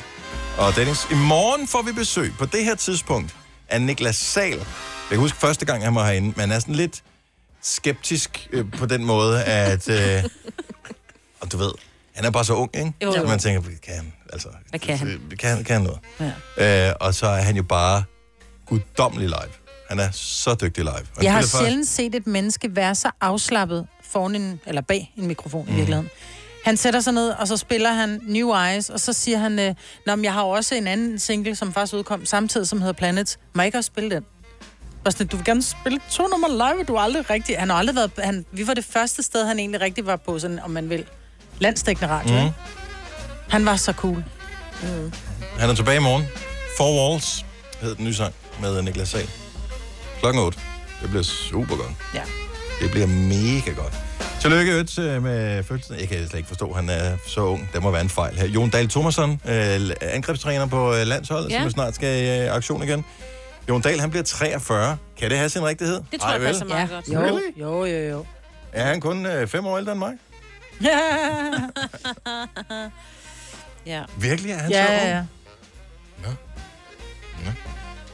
S1: og Dennis. I morgen får vi besøg på det her tidspunkt af Niklas Sal. Jeg kan huske første gang, han var herinde, men er sådan lidt skeptisk øh, på den måde, at... Øh, og du ved, han er bare så ung, ikke?
S3: Jo, jo.
S1: Så man tænker, kan han, altså,
S3: Hvad kan han?
S1: kan, han- kan han noget? Ja. Øh, og så er han jo bare guddommelig live. Han er så dygtig live. Og han
S2: Jeg har
S1: spiller faktisk-
S2: sjældent set et menneske være så afslappet foran en, eller bag en mikrofon mm. i virkeligheden. Han sætter sig ned, og så spiller han New Eyes, og så siger han, øh, Nå, men jeg har jo også en anden single, som faktisk udkom samtidig, som hedder Planet. Må jeg ikke også spille den? Og sådan, du vil gerne spille to nummer live, du har aldrig rigtig... Han har aldrig været... Han, vi var det første sted, han egentlig rigtig var på, sådan, om man vil. Landstækkende radio, mm.
S1: Mhm.
S2: ikke? Han var så cool. Mm.
S1: Han er tilbage i morgen. Four Walls hed den nye sang med Niklas Sahl. Klokken 8. Det bliver super godt.
S2: Ja.
S1: Det bliver mega godt. Tillykke øvrigt, øh, med fødselsdagen. Jeg kan slet ikke forstå, at han er så ung. Der må være en fejl her. Jon Dahl Thomasson, øh, angrebstræner på øh, landsholdet,
S3: Ja.
S1: ja. som jo snart skal i øh, aktion igen. Jon Dahl, han bliver 43. Kan det have sin rigtighed?
S3: Det tror jeg
S1: vel.
S3: passer meget godt.
S2: Jo, jo, jo, jo.
S1: Er han kun 5 år ældre end mig?
S3: ja.
S1: Virkelig er han
S3: ja,
S1: så ung?
S3: Ja, ja.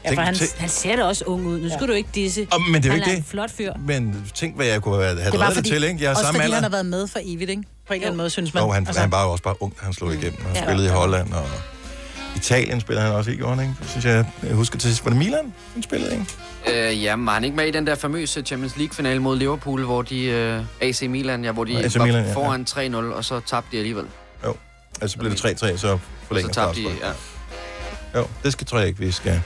S1: Tænk-
S3: for han,
S1: tænk-
S3: han ser da også ung ud. Nu skal
S2: Ja.
S3: du ikke disse.
S1: Åh, men det er
S3: han
S1: jo ikke
S3: er
S1: det.
S3: en flot fyr.
S1: Men tænk, hvad jeg kunne have, have
S2: Det er bare
S1: drevet det
S2: fordi,
S1: til, ikke? Jeg er
S2: også
S1: samme
S2: fordi
S1: alder.
S2: han har været med for evigt, ikke? På en eller anden måde, synes man.
S1: Jo, han, altså... han var jo også bare ung, da han slog igennem. Han
S2: Ja.
S1: ja. spillede i Holland og Italien spillede han også i går, ikke? Synes jeg, jeg husker til sidst. Var det Milan, han spillede, ikke?
S6: Øh, ja, men var han ikke med i den der famøse Champions League-finale mod Liverpool, hvor de... Øh, AC Milan, ja, hvor de
S1: AC
S6: var
S1: Milan, ja,
S6: foran 3-0, og så tabte de alligevel.
S1: Jo. Altså blev det 3-3, så
S6: Og så
S1: forlænger
S6: tabte de, ja.
S1: Jo, det skal, tror jeg ikke, vi skal...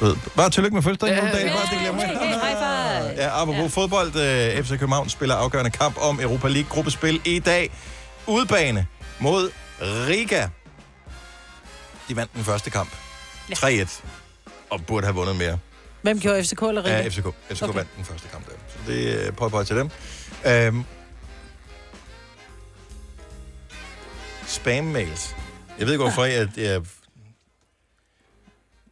S1: du ved. Bare tillykke med fødselsdagen,
S3: Øh,
S1: Jon Dahl. Bare det glemmer jeg.
S3: High five.
S1: Ja, apropos Øh, ja. fodbold. Øh, FC København spiller afgørende kamp om Europa League gruppespil i dag. Udbane mod Riga. De vandt den første kamp. 3-1. Og burde have vundet mere.
S2: Hvem gjorde FCK eller Riga?
S1: Ja, FCK. FCK okay. vandt den første kamp der. Så det er øh, pøj til dem. Øhm, spam-mails. Jeg ved ikke, hvorfor jeg... jeg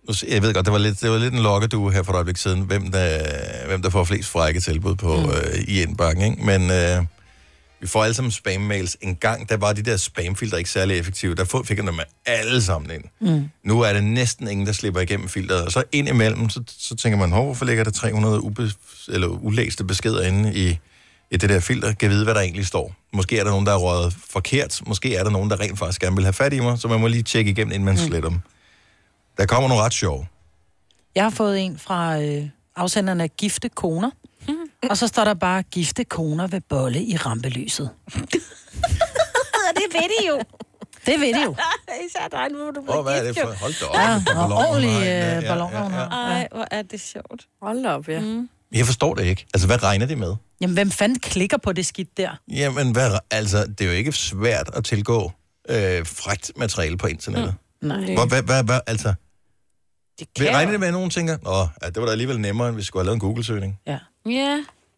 S1: Nu se- jeg ved godt, det var lidt, det var lidt en lokkedue her for et øjeblik siden, hvem der, hvem der får flest frække tilbud på mm. øh, i indbakken, ikke? Men øh, vi får alle sammen spam-mails. En gang, der var de der spamfilter ikke særlig effektive. Der få- fik jeg dem alle sammen ind.
S7: Mm.
S1: Nu er det næsten ingen, der slipper igennem filteret. Og så ind imellem, så, så tænker man, "Hov, hvorfor ligger der 300 ube, eller ulæste beskeder inde i, i det der filter? Kan vide, hvad der egentlig står. Måske er der nogen, der er røget forkert. Måske er der nogen, der rent faktisk gerne vil have fat i mig. Så man må lige tjekke igennem, inden man
S2: Mm.
S1: sletter dem. Der kommer nogle ret sjove.
S2: Jeg har fået en fra øh, afsenderen af Gifte Koner.
S3: Mhm.
S2: Og så står der bare, gifte koner ved bolle i rampelyset.
S3: det ved de jo.
S2: Det ved de jo.
S3: Især dig nu, hvor du
S1: Åh, hvad er det for? Hold da op.
S2: Ja,
S1: det er
S2: og
S1: balloner,
S2: ordentlige,
S1: nej, ja,
S2: øh,
S1: ja,
S2: balloner
S1: ja, ja.
S2: under.
S3: Nej, hvor er det sjovt.
S4: Hold op, ja. Mm.
S1: Jeg forstår det ikke. Altså, hvad regner det med?
S2: Jamen, hvem fanden klikker på det skidt der?
S1: Jamen, hvad, altså, det er jo ikke svært at tilgå øh, frækt materiale på internettet.
S2: Mm. Nej.
S1: Hvad, hvad, hvad, hvad, altså... Det
S3: kan jo.
S1: regner det med, at nogen tænker, Nå, ja, det var da alligevel nemmere, end hvis vi skulle have lavet en Google-søgning.
S3: Ja,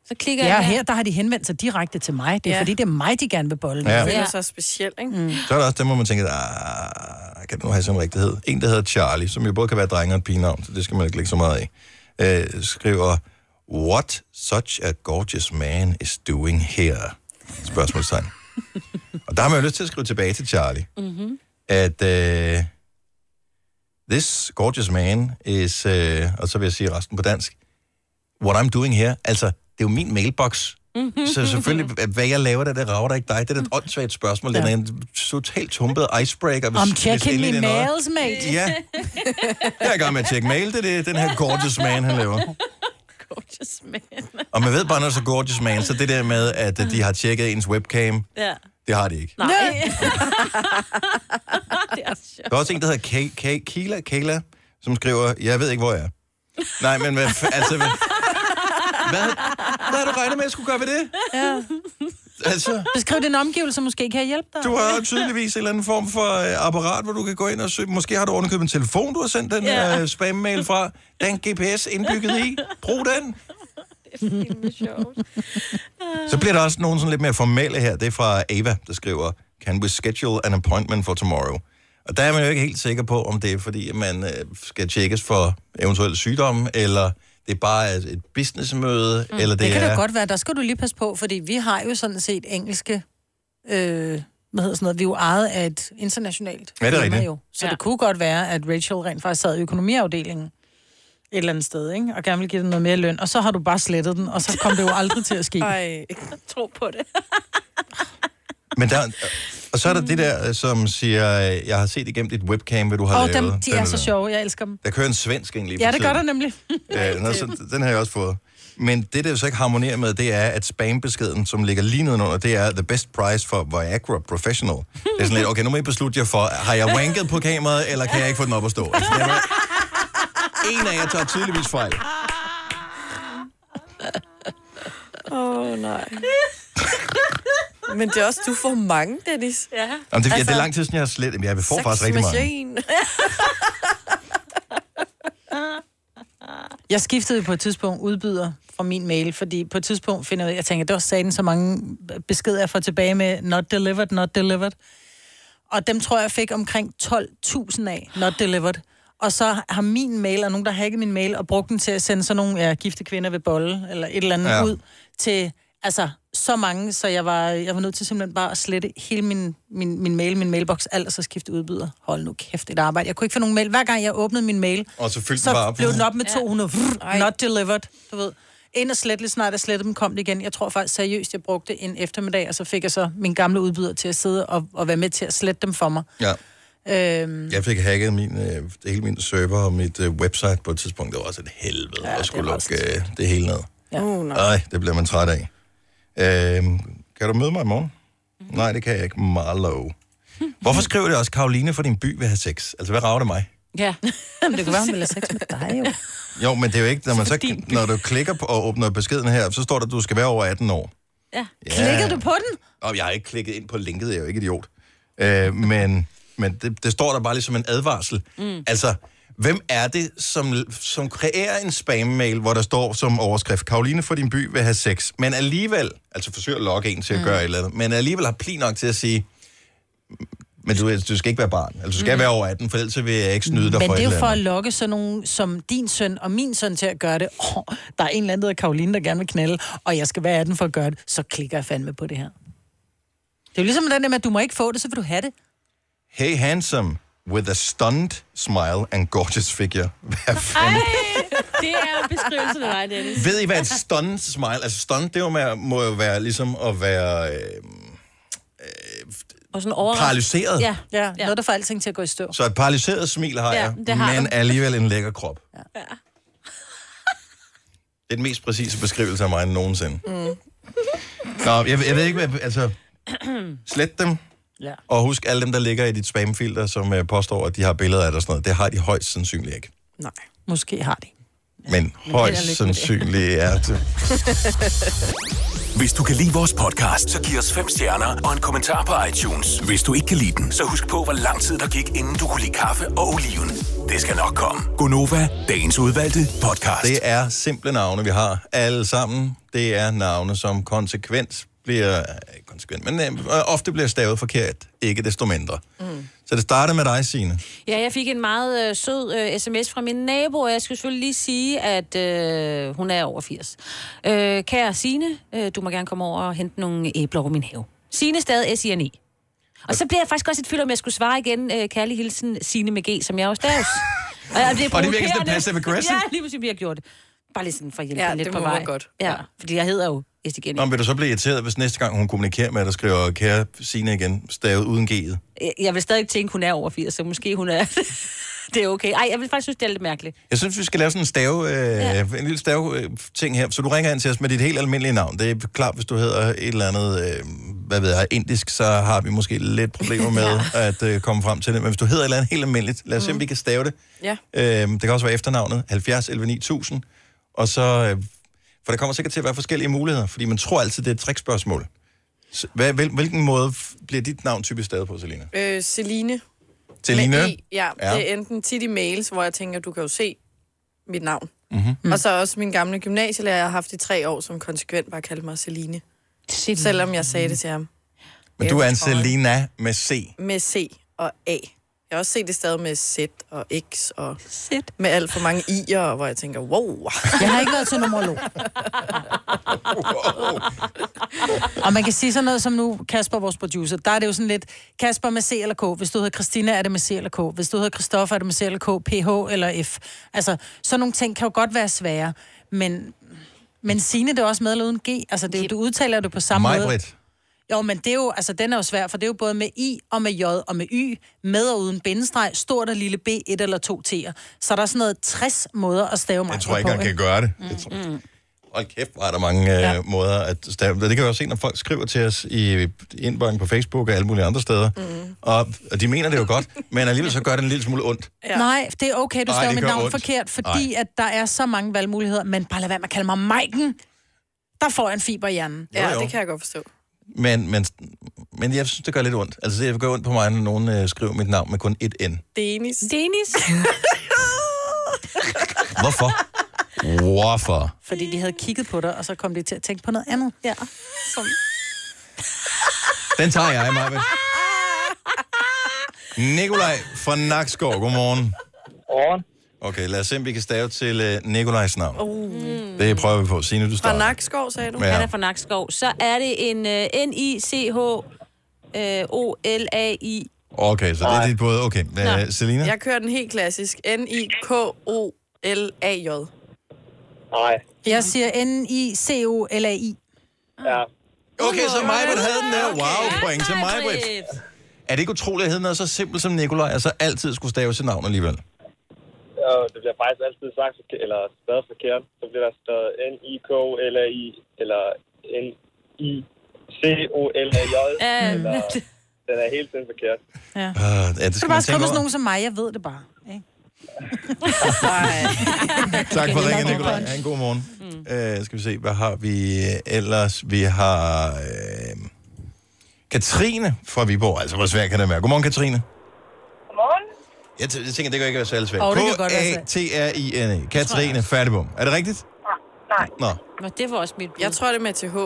S3: så klikker
S2: Ja,
S3: jeg
S2: her der har de henvendt sig direkte til mig. Det er
S3: Ja.
S2: ja. fordi, det er mig, de gerne vil bolle med.
S1: Ja.
S2: Ja.
S1: Det
S2: Ja.
S1: er
S4: Så specielt, ikke?
S2: Mm.
S1: Så er der også dem, hvor man tænker, ah, kan det nu have sin rigtighed? En, der hedder Charlie, som jo både kan være dreng og et pigenavn, så det skal man ikke lægge så meget af, øh, skriver, What such a gorgeous man is doing here? Spørgsmålstegn. og der har man jo lyst til at skrive tilbage til Charlie,
S3: Mm-hmm.
S1: at øh, this gorgeous man is, øh, og så vil jeg sige resten på dansk, what I'm doing here, altså, det er jo min mailbox.
S2: Mm-hmm.
S1: Så selvfølgelig, hvad jeg laver, det, det rager da ikke dig. Det er da et
S2: Mm.
S1: åndssvagt spørgsmål. Det er en totalt tumpet icebreaker. Hvis,
S2: I'm
S1: hvis
S2: checking
S1: endelig
S2: me
S1: det er noget.
S2: mails, mate.
S1: Ja. Jeg er i gang med at tjekke mail, det er det, den her gorgeous man, han laver.
S3: Gorgeous man.
S1: Og man ved bare, når så gorgeous man, så det der med, at øh, de har tjekket ens webcam,
S3: Ja.
S1: det har de ikke.
S3: Nej. det er sjovt.
S1: Der er også en, der hedder Ka- Ka- Kila, Kayla, som skriver, jeg ved ikke, hvor jeg er. Nej, men hvad, f- altså, hvad, hvad, hvad har du regnet med, at jeg skulle gøre ved det?
S2: Ja.
S1: Altså,
S2: Beskriv din omgivelse, måske kan jeg hjælpe dig.
S1: du har jo tydeligvis en eller anden form for øh, apparat, hvor du kan gå ind og søge. Måske har du ovenikøbet en telefon, du har sendt den
S2: Ja.
S1: yeah. øh, spam-mail fra. Der er en GPS indbygget i. Brug den. Så bliver der også nogen sådan lidt mere formelle her. Det er fra Ava, der skriver, Can we schedule an appointment for tomorrow? Og der er man jo ikke helt sikker på, om det er fordi, at man øh, skal tjekkes for eventuelle sygdomme, eller det er bare et et businessmøde, mm. eller det,
S2: det kan
S1: er...
S2: det jo godt være. Der skal du lige passe på, fordi vi har jo sådan set engelske... Øh, hvad hedder sådan noget? Vi er jo ejet af et internationalt
S1: Ja, det er
S2: firma
S1: rigtigt.
S2: jo. Så ja. det kunne godt være, at Rachel rent faktisk sad i økonomiafdelingen et eller andet sted, ikke? Og gerne ville give den noget mere løn. Og så har du bare slettet den, og så kom det jo aldrig til at ske.
S4: Ej,
S3: jeg tror på det.
S1: Men der, og så er der det der, som siger, øh, jeg har set igennem dit webcam, hvad du har
S2: Og
S1: lavet.
S2: dem, de er
S1: Den-
S2: så sjove. Jeg elsker dem.
S1: Der kører en svensk egentlig.
S2: Ja, det gør der nemlig.
S1: Ja, nå, så, den har jeg også fået. Men det, der jo så ikke harmonerer med, det er, at spambeskeden, som ligger lige nedenunder, det er the best price for Viagra Professional. Det er sådan lidt, okay, nu må I beslutte jer for, har jeg wanket på kameraet, eller kan jeg ikke få den op at stå? Altså, det er- en af jer tager tydeligvis fejl.
S4: Åh, oh, nej. Men det er også, du får mange, Dennis.
S3: Ja.
S1: Jamen, det, altså, det er lang tid siden, jeg har slet... Jeg får faktisk rigtig mange.
S2: Jeg skiftede på et tidspunkt udbyder fra min mail, fordi på et tidspunkt finder jeg, jeg tænker, der var satan så mange beskeder, jeg får tilbage med, not delivered, not delivered. Og dem tror jeg, jeg fik omkring 12.000 af, not delivered. Og så har min mail, og nogen, der har hacket min mail, og brugt den til at sende sådan nogle ja, gifte kvinder ved bolle, eller et eller andet
S7: Ja.
S2: ja. ud, til altså, så mange, så jeg var, jeg var nødt til simpelthen bare at slette hele min, min, min mail, min mailbox, alt, og så skifte udbyder. Hold nu kæft, et arbejde. Jeg kunne ikke få nogen mail. Hver gang jeg åbnede min mail,
S1: Og så fyldte
S2: så
S1: den bare op.
S2: blev den op med 200. Ja. Not delivered, du ved. Ind og slet lidt snart, jeg slettede dem, kom det igen. Jeg tror faktisk seriøst, jeg brugte en eftermiddag, og så fik jeg så min gamle udbyder til at sidde og, og være med til at slette dem for mig.
S1: Ja.
S2: Øhm,
S1: Jeg fik hacket min, øh, hele min server og mit øh, website på et tidspunkt. Det var også et helvede ja, at skulle lukke øh, det hele ned.
S2: ja. uh,
S1: Nej, det bliver man træt af. Øhm, kan du møde mig i morgen? Mm. Nej, det kan jeg ikke. Marlow. Hvorfor skriver det også, Karoline fra din by vil have sex? Altså, hvad rager det mig?
S2: Ja, men det kunne være, hun ville have sex med dig jo.
S1: Jo, men det er jo ikke, når, man så, når du klikker på og åbner beskeden her, så står der, at du skal være over 18 år.
S2: Ja.
S1: Ja.
S2: Klikkede du på den?
S1: Og jeg har ikke klikket ind på linket, jeg er jo ikke idiot. Øh, men men det, det står der bare lige som en advarsel. Mm. Altså, hvem er det, som, som kreerer en spam-mail, hvor der står som overskrift, Karoline fra din by vil have sex, men alligevel, altså forsøger at lokke en til at mm. gøre et eller andet, men alligevel har pli nok til at sige, men du, du skal ikke være barn, altså du skal mm.
S2: Mm.
S1: være over 18, for ellers så vil jeg ikke snyde dig
S2: Men
S1: for
S2: det er
S1: et
S2: jo for
S1: eller
S2: at
S1: andet.
S2: lokke sådan nogen som din søn og min søn til at gøre det. Oh, der er en eller anden, der hedder Karoline, der gerne vil knalde, og jeg skal være 18 for at gøre det, så klikker jeg fandme på det her. Det er jo ligesom den der med, at du må ikke få det, så vil du have det.
S1: Hey handsome, with a stunned smile and gorgeous figure. Hvad
S3: Ej, det er jo beskrivelsen af dig, Dennis.
S1: Ved I, hvad et stunned smile... Altså, stunned, det jo med, må jo være ligesom at være... Øh,
S3: Og sådan overrasket.
S1: Paralyseret.
S2: Ja, ja, ja, noget, der får alting til at gå i stå.
S1: så et paralyseret smil har
S2: Ja,
S1: jeg,
S2: det har
S1: men
S2: du.
S1: alligevel en lækker krop. Ja. Det er den mest præcise beskrivelse af mig nogensinde.
S2: Mm.
S1: Nå, jeg, jeg ved ikke, hvad... Altså, slet dem.
S2: Ja.
S1: Og husk alle dem, der ligger i dit spamfilter, som øh, påstår, at de har billeder af dig og sådan noget. Det har de højst sandsynligt ikke.
S2: Nej, måske har de.
S1: Men
S2: held og
S1: højst
S2: lykke med det.
S1: sandsynligt er det.
S27: Hvis du kan lide vores podcast, så giv os fem stjerner og en kommentar på iTunes. Hvis du ikke kan lide den, så husk på, hvor lang tid der gik, inden du kunne lide kaffe og oliven. Det skal nok komme.
S1: Gonova, dagens udvalgte podcast. Det er simple navne, vi har alle sammen. Det er navne, som konsekvent bliver... eh, ikke Konsekvent, men øh, ofte bliver stavet forkert. Ikke desto mindre.
S3: Mm.
S1: Så det starter med dig, Signe.
S3: Ja, jeg fik en meget øh, sød øh, sms fra min nabo, og jeg skal selvfølgelig lige sige, at øh, hun er over 80. Øh, kære Signe, øh, du må gerne komme over og hente nogle æbler over min have. Signe stadig s i -N -E. Og så bliver jeg faktisk også lidt fyldt, om jeg skulle svare igen, øh, kærlig hilsen, Signe med G, som jeg også staves. og, ja,
S1: Og det virker sådan
S3: provokerende.
S1: passive aggressive.
S3: Ja, lige pludselig bliver jeg gjort. Bare lige sådan for at hjælpe
S4: Ja,
S3: hende lidt
S4: det
S3: på
S4: må
S3: vej.
S4: man godt.
S3: Ja, fordi jeg hedder jo
S7: Yes, igen.
S1: Nå, men vil du så blive irriteret, hvis næste gang hun kommunikerer med dig, skriver, kære Signe igen, stavet uden G'et?
S7: Jeg- Jeg vil stadig tænke, hun er over 80, så måske hun er... det er okay. Ej, jeg vil faktisk synes, det er lidt mærkeligt.
S1: Jeg synes, vi skal lave sådan en stave, øh, ja. en lille stave øh, ting her. Så du ringer ind til os med dit helt almindelige navn. Det er klart, hvis du hedder et eller andet, øh, hvad ved jeg, indisk, så har vi måske lidt problemer med ja. at øh, komme frem til det. Men hvis du hedder et eller andet helt almindeligt, lad os mm. se, om vi kan stave det.
S4: Ja.
S1: Øh, det kan også være efternavnet, 70 11 9000. Og så, øh, for der kommer sikkert til at være forskellige muligheder, fordi man tror altid, det er et trickspørgsmål. Så, hvad, hvil, hvilken måde f- bliver dit navn typisk stavet på, Selina?
S4: Øh, Celine.
S1: Celine?
S4: Med E, ja,
S1: Ja.
S4: ja, det er enten tit i mails, hvor jeg tænker, du kan jo se mit navn.
S1: Mm-hmm.
S4: Mm. Og så også min gamle gymnasielærer, jeg har haft i tre år, som konsekvent bare kaldte mig Celine. Celine. Selvom jeg sagde det til ham.
S1: Men du er en
S4: Jeg tror ikke.
S1: Selina med C.
S4: Med C og A. Jeg har også set det stadig med Z og X og
S7: Z.
S4: med alt for mange I'er, hvor jeg tænker, wow.
S2: Jeg har ikke været til nummerolog. Og man kan sige sådan noget som nu, Kasper, vores producer, der er det jo sådan lidt, Kasper med C eller K, hvis du hedder Christina, er det med C eller K, hvis du hedder Christoffer, er det med C eller K, PH eller F. Altså, sådan nogle ting kan jo godt være svære, men, men Signe, det er også med eller uden G, altså det, er jo- du udtaler det på samme måde.
S1: Majbrit.
S2: Jo, men det er jo, altså den er jo svær, for det er jo både med I og med J og med Y, med og uden bindestreg, stort og lille B, et eller to T'er. Så der er sådan noget 60 måder at stave mig
S1: Jeg tror ikke, han kan gøre det. Jeg tror- Hold kæft, hvor er der mange ja. øh, måder at stave. Det kan vi også se, når folk skriver til os i indbakken på Facebook og alle mulige andre steder. Mm. Og, og de mener det jo godt, men alligevel så gør det en lille smule ondt.
S2: Ja. Nej, det er okay, du
S1: Nej,
S2: står
S1: det
S2: mit
S1: gør
S2: navn
S1: ondt.
S2: ondt. forkert, fordi Nej. at der er så mange valgmuligheder, men bare lad være med at kalde mig Maiken. Der får jeg en fiber i hjernen.
S1: Jo, Ja, jo. det kan
S4: jeg godt forstå.
S1: Men, men, men jeg synes, det gør lidt ondt. Altså, det gør ondt på mig, når nogen øh, skriver mit navn med kun et N.
S4: Denis.
S7: Denis.
S1: Hvorfor? Hvorfor?
S2: Fordi de havde kigget på dig, og så kom de til at tænke på noget andet. Ja. Som...
S1: Den tager jeg, Maja. Nikolaj fra Nakskov, godmorgen.
S8: Godmorgen.
S1: Okay, lad os se, om vi kan stave til øh, Nikolajs navn.
S4: Oh.
S1: Det prøver vi på. Signe, du
S4: Fra
S1: starter.
S4: Nakskov, sagde du?
S1: Ja.
S7: Han er fra Nakskov. Så er det en uh, øh, N-I-C-H-O-L-A-I.
S1: Okay, så det er dit bud. Okay,
S4: Nå.
S1: øh, Selina?
S4: Jeg kører den helt klassisk. N-I-K-O-L-A-J.
S8: Nej.
S2: Jeg siger N-I-C-O-L-A-I.
S8: Ja.
S1: Okay, så Majbrit havde den der. Wow, point til Majbrit. Er det ikke utroligt, at hedde noget så simpelt som Nikolaj, og så altid skulle stave sit navn alligevel? Øh,
S8: Og det bliver faktisk altid sagt, forke- eller stadig forkert. Så bliver der stadig N-I-K-L-A-I, eller N-I-C-O-L-A-J.
S2: Ja.
S8: eller, den er helt tiden forkert.
S2: Ja.
S1: Uh, ja, det
S2: Så
S1: skal
S2: du bare
S1: man
S2: skrive
S1: tænke
S2: med sådan
S1: over.
S2: nogen som mig, jeg ved det bare.
S1: Tak for
S2: Jeg laver
S1: ringen, Nikolaj.
S2: punch.
S1: Ha' en god morgen. Mm. Uh, skal vi se, hvad har vi ellers? Vi har uh, Katrine fra Viborg. Altså, hvor svært kan det være? Godmorgen, Katrine.
S8: Godmorgen.
S1: Jeg, t- jeg tænker, det kan ikke være særlig svært.
S7: Åh, det kan godt være svært.
S1: E. K-A-T-R-I-N-E. Katrine Færdigbom. Er det rigtigt?
S8: Nej.
S1: Nå.
S7: Nå, det var også mit
S4: Jeg tror, det er med TH.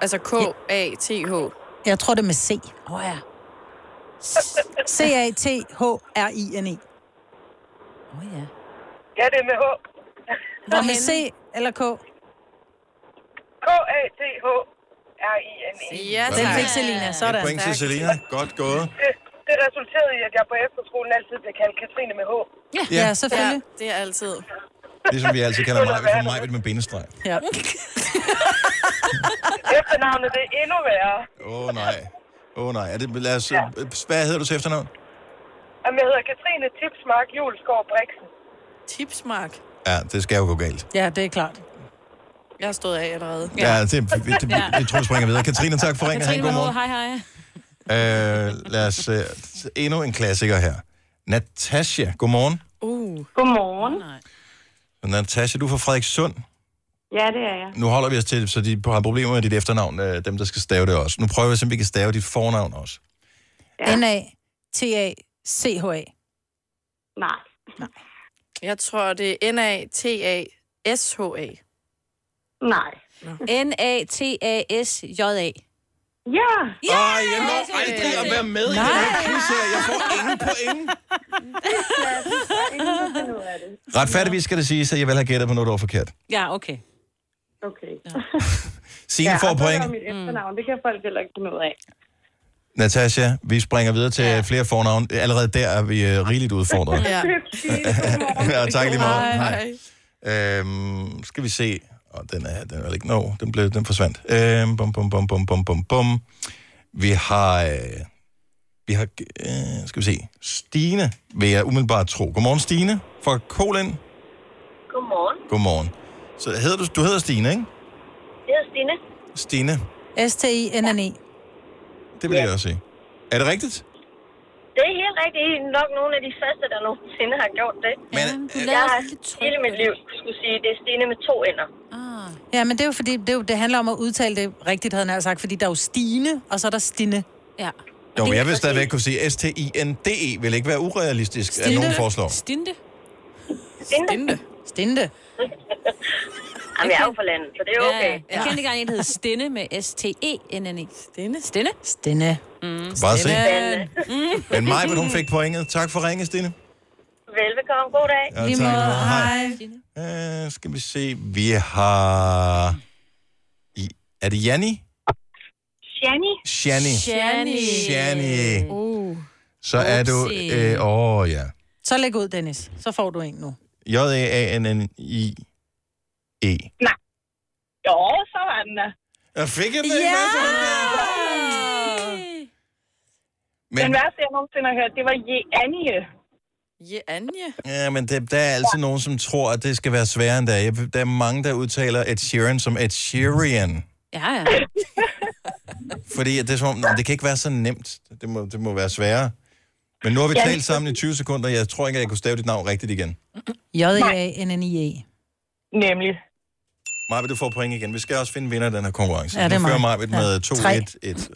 S4: Altså K-A-T-H.
S2: Jeg tror, det er med C.
S7: Åh oh, ja. Åh
S2: C-A-T-H-R-I-N-E.
S7: oh, ja.
S8: Ja, det er med H.
S2: Hvor med C eller K?
S8: K-A-T-H-R-I-N-E.
S4: Ja,
S1: Hvad
S2: Den
S1: med-
S2: fik Selina,
S1: Et
S2: sådan.
S1: point til Selina. Godt gået.
S8: Det, det resulterede i, at jeg på efterskolen altid blev kaldt Katrine med H.
S2: Ja,
S1: Ja. ja,
S2: selvfølgelig.
S4: Ja, det er altid.
S1: Ligesom vi altid kalder mig, vi får mig med bindestreg.
S2: Ja.
S8: Efternavnet, det er endnu værre.
S1: Åh oh, nej. Åh oh, nej. Er det, lad os, øh, Hvad hedder du til efternavn?
S8: Jamen, jeg hedder Katrine Tipsmark Julesgaard Brixen.
S4: Tipsmark?
S1: Ja, det skal jo gå galt.
S2: Ja, det er klart.
S4: Jeg har stået af allerede.
S1: Ja, ja det, det, det, det, det tror jeg springer videre. Katrine, tak for ringen. Ha' en god morgen.
S7: hej hej.
S1: Øh, lad os... Øh, endnu en klassiker her. Natasha, godmorgen.
S4: Uh.
S9: Godmorgen.
S1: Natasha, du er fra Frederikssund.
S9: Ja, det er jeg.
S1: Nu holder vi os til, så de har problemer med dit efternavn, øh, dem der skal stave det også. Nu prøver vi, om vi kan stave dit fornavn også.
S2: N-A-T-A-C-H-A.
S9: Nej.
S4: Jeg tror, det er N-A-T-A-S-H-A.
S9: Nej.
S7: N-A-T-A-S-J-A.
S9: Ja!
S7: Ja!
S1: Ej, jeg når aldrig at være med i den her quiz her. Jeg får ingen point. Retfærdigvis skal det siges, at jeg vel har gættet på noget, der var forkert.
S7: Ja, okay.
S9: Okay.
S1: Signe får
S9: og så er der
S1: point.
S9: jo mit
S7: Mm.
S9: efternavn, det kan folk heller ikke finde ud af.
S1: Natasha, vi springer videre til ja. flere fornavn. Allerede der er vi øh, rigeligt udfordret.
S9: Ja.
S1: ja, tak lige meget.
S9: Hej.
S1: Hej. Øhm, skal vi se. Og den er, den er vel ikke no, den, blev, den forsvandt. Øhm, bum, bum, bum, bum, bum, bum, bum. Vi har, øh, vi har, øh, skal vi se, Stine, vil jeg umiddelbart tro. Godmorgen, Stine fra Kolen.
S10: Godmorgen.
S1: Godmorgen. Så hedder du, du hedder Stine, ikke?
S10: Jeg hedder Stine.
S1: Stine,
S2: S-T-I-N-N-E.
S1: det vil jeg også sige. Er det rigtigt?
S10: Det er helt rigtigt. I er nok nogle af de første, der nogensinde har gjort det.
S1: Men,
S10: jeg har hele mit liv skulle sige, det er Stine med to ender.
S1: Ah.
S2: Ah. Ja, men det er jo fordi, det, er jo, det handler om at udtale det rigtigt, havde jeg nær sagt, fordi der er jo Stine, og så er der Stine. Ja.
S1: Jo, men jeg vil stadigvæk kunne sige, S-T-I-N-D-E E. vil ikke være urealistisk, at nogen foreslår.
S2: Stinde. Stinde. Stinde.
S10: Jamen, jeg er jo fra landet, så det er okay.
S7: Ja. Jeg kendte engang en, der hed Stinne med E S-T-E-N-N-E. Stinne? Stinne?
S2: Stinde.
S7: Mm.
S1: Bare se.
S7: Stine.
S10: Mm.
S1: Men mig, hvor hun fik pointet. Tak for ringe, Stine.
S10: Velbekomme. God dag.
S1: Ja, Lige tak. måde. Hej. Øh, skal vi se, vi har... I, er det Janni?
S10: Shani.
S1: Shani. Shani. Uh. Så er du...
S2: Upsi.
S1: øh, Åh, øh, ja.
S2: Så læg ud, Dennis. Så får du en nu.
S1: J-A-N-N-I-E.
S10: Nej.
S9: Jo, så var den der.
S1: Jeg fik jeg den
S9: Ja!
S1: Men-
S9: Men... Den værste, jeg nogensinde har hørt, det var Je Anje. Je Anje?
S1: Ja, men det, der er altid ja. nogen, som tror, at det skal være sværere end det er. Jeg- Der er mange, der udtaler Ed Sheeran som Ed Sheeran.
S7: Ja, ja.
S1: Fordi at det er som om, "Nå, det kan ikke være så nemt. Det må, det må være sværere. Men nu har vi
S2: Ja.
S1: talt sammen i 20 sekunder. Jeg tror ikke, at jeg kunne stave dit navn rigtigt igen.
S2: J-A-N-N-I-E.
S9: Nemlig.
S1: Maja, du får point igen. Vi skal også finde vinder af den her konkurrence.
S2: Ja, det er
S1: nu fører
S2: mig.
S1: Maja med
S2: Tre.
S1: 2-1-1.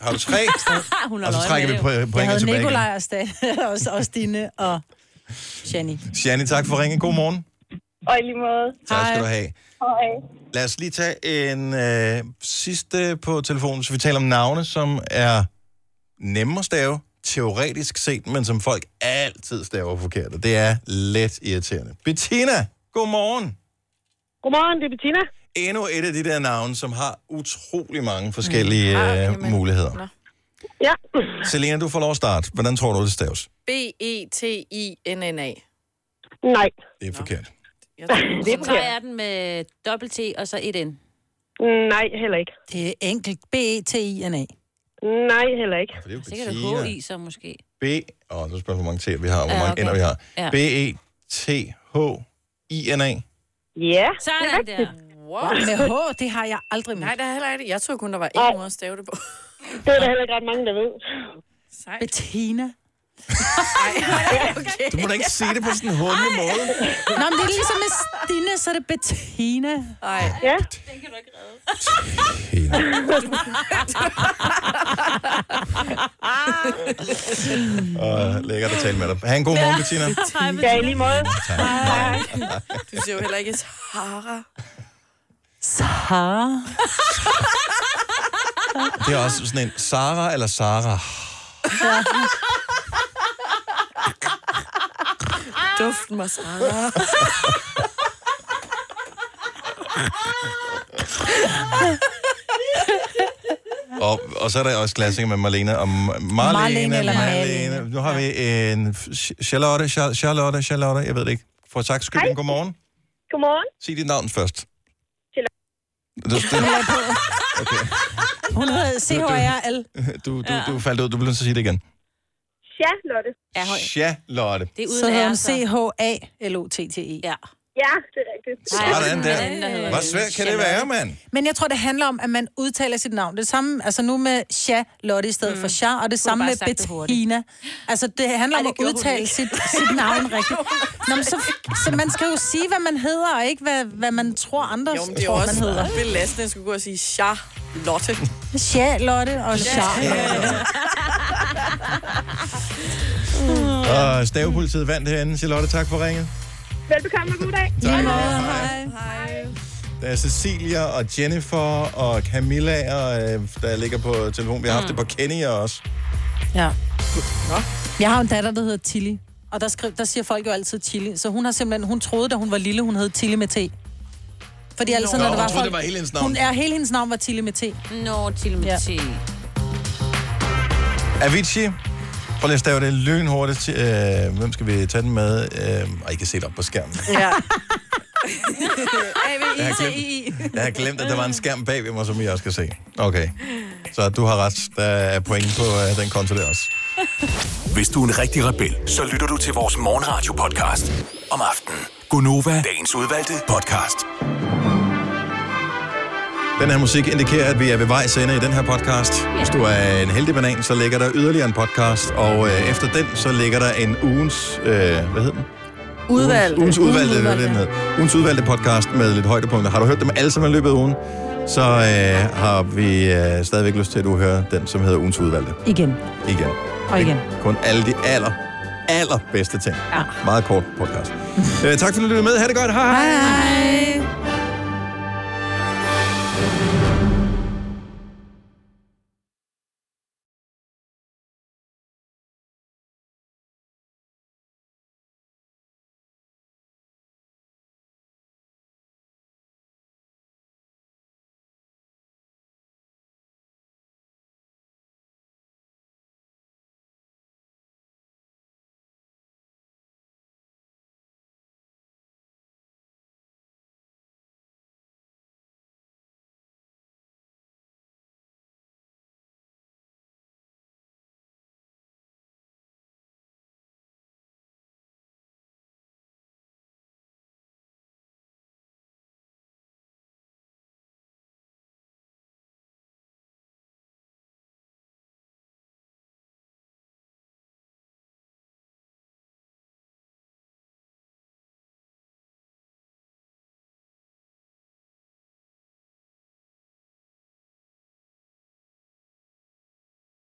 S1: Har du 3?
S2: Hun
S1: Og så trækker vi po-
S2: Jeg
S1: pointet
S2: havde
S1: tilbage igen.
S2: Nikolaj og, Stan, og, og Stine og Shani.
S1: Shani, tak for ringen. God morgen.
S9: Og i lige måde.
S1: Tak skal du have.
S9: Hej.
S1: Lad os lige tage en øh, sidste på telefonen, så vi taler om navne, som er nemme at stave, teoretisk set, men som folk altid staver forkert, og det er let irriterende. Bettina, godmorgen.
S11: Godmorgen, det er Bettina.
S1: Endnu et af de der navne, som har utrolig mange forskellige øh, muligheder.
S11: Ja.
S1: Selena, du får lov at starte. Hvordan tror du, det staves?
S4: E B-E-T-I-N-N-A.
S11: Nej.
S1: Det er forkert.
S4: Det
S7: Så
S4: er
S7: tager jeg den med dobbelt T og så et N.
S11: Nej, heller ikke.
S2: Det er enkelt. E B-E-T-I-N-A.
S11: Nej, heller ikke.
S1: Det er jo
S7: Så kan
S1: Bettina.
S7: du H i så måske.
S1: B... Åh, oh, nu spørger jeg, hvor mange T'er vi har, og hvor
S7: Ja,
S1: mange
S7: okay.
S1: N'er vi har.
S7: Ja.
S1: B-E-T-H-I-N-A.
S11: Ja,
S7: Sådan der.
S4: Wow.
S2: Med H, det har jeg aldrig med.
S4: Nej, der er heller ikke. Jeg tror kun, der var én måde at stave det på.
S11: Det er der heller ikke ret mange, der ved.
S4: Sejt.
S2: Bettina.
S4: Okay.
S1: Du må da ikke sige det på sådan en hundelig måde.
S2: Nå, men det er ligesom med Stine, så er det Bettina.
S4: Ej.
S11: Ja.
S4: Den kan du ikke redde.
S1: Og øh, lækkert at tale med dig. Ha' en god morgen, Bettina.
S11: Ja, i lige måde.
S4: Hej. Du ser jo heller ikke Sahara.
S2: Sahara.
S1: Det er også sådan en Sara eller Sara.
S4: Duften var Sahara.
S1: Og, og så er der også klassiker med Marlene og Ma- Marlene.
S2: Marlene eller
S1: Marlene. Nu har vi en Ch- Charlotte, Char- Charlotte, Charlotte, jeg ved det ikke. For tak skyld,
S11: Hej.
S1: godmorgen.
S11: Godmorgen.
S1: Sig dit navn først.
S11: Charlotte.
S1: Du, du,
S2: Hun hedder C-H-R-L.
S1: du, du, du faldt ud, du bliver nødt til at sige det igen.
S11: Ja, Lotte.
S1: Charlotte.
S7: Det er uden
S2: så hedder hun
S4: altså.
S7: R, så.
S2: C-H-A-L-O-T-T-E.
S7: Ja.
S11: Ja, det er rigtigt.
S1: Sådan der. Hvor svært kan det være, mand?
S2: Men jeg tror, det handler om, at man udtaler sit navn. Det samme, altså nu med Charlotte i stedet mm. for Char, og det samme
S7: bare
S2: med
S7: sagt det hurtigt.
S2: Bettina. Altså, det handler om at udtale sit, sit navn rigtigt. Nå, men så, så man skal jo sige, hvad man hedder, og ikke hvad, hvad man tror, andre
S4: Jo, men det er jo
S2: tror, man
S4: også
S2: hedder.
S4: belastende, at skulle gå og sige Charlotte.
S2: Charlotte og Char.
S1: Og stavepolitiet vandt herinde. Charlotte, tak for ringet.
S11: Velbekomme og god dag.
S1: Tak.
S2: Hej.
S4: Hej.
S1: Der er Cecilia og Jennifer og Camilla, og, øh, der ligger på telefon. Vi har haft det på Kenya også.
S2: Ja. Jeg har en datter, der hedder Tilly. Og der, skrev, der siger folk jo altid Tilly. Så hun har simpelthen, hun troede, da hun var lille, hun hed Tilly med T. Fordi
S1: Nå,
S2: altid, når det
S1: hun
S2: var
S1: troede,
S2: folk,
S1: det var hele hendes navn.
S2: Hun, er, hele hendes navn var Tilly med T.
S7: Nå, Tilly med T.
S1: Avicii. Prøv lige at stave det lynhurtigt. til- Øh, hvem skal vi tage den med? Øh, og I kan se det op på skærmen.
S4: Ja.
S1: Jeg har glemt, jeg har glemt, at der var en skærm bag ved mig, som jeg også kan se. Okay. Så du har ret. Der er point på øh, den konto der også.
S27: Hvis du er en rigtig rebel, så lytter du til vores morgenradio-podcast om aftenen. Gunova, dagens udvalgte podcast.
S1: Den her musik indikerer, at vi er ved vejs ende i den her podcast. Hvis du er en heldig banan, så ligger der yderligere en podcast, og øh, efter den, så ligger der en ugens, øh, hvad hedder den?
S4: Udvalgte.
S1: Ugens udvalgte, hvad den hedder. Ugens udvalgte podcast med lidt højdepunkter. Har du hørt dem alle sammen i løbet af ugen, så øh, har vi øh, stadigvæk lyst til, at du hører den, som hedder ugens udvalgte.
S2: Igen.
S1: Igen.
S2: Og igen.
S1: Kun alle de aller, aller bedste ting. Ja. Meget kort podcast. øh, tak fordi du lyttede med. Ha' det godt. Hej. Hej.
S2: Hej.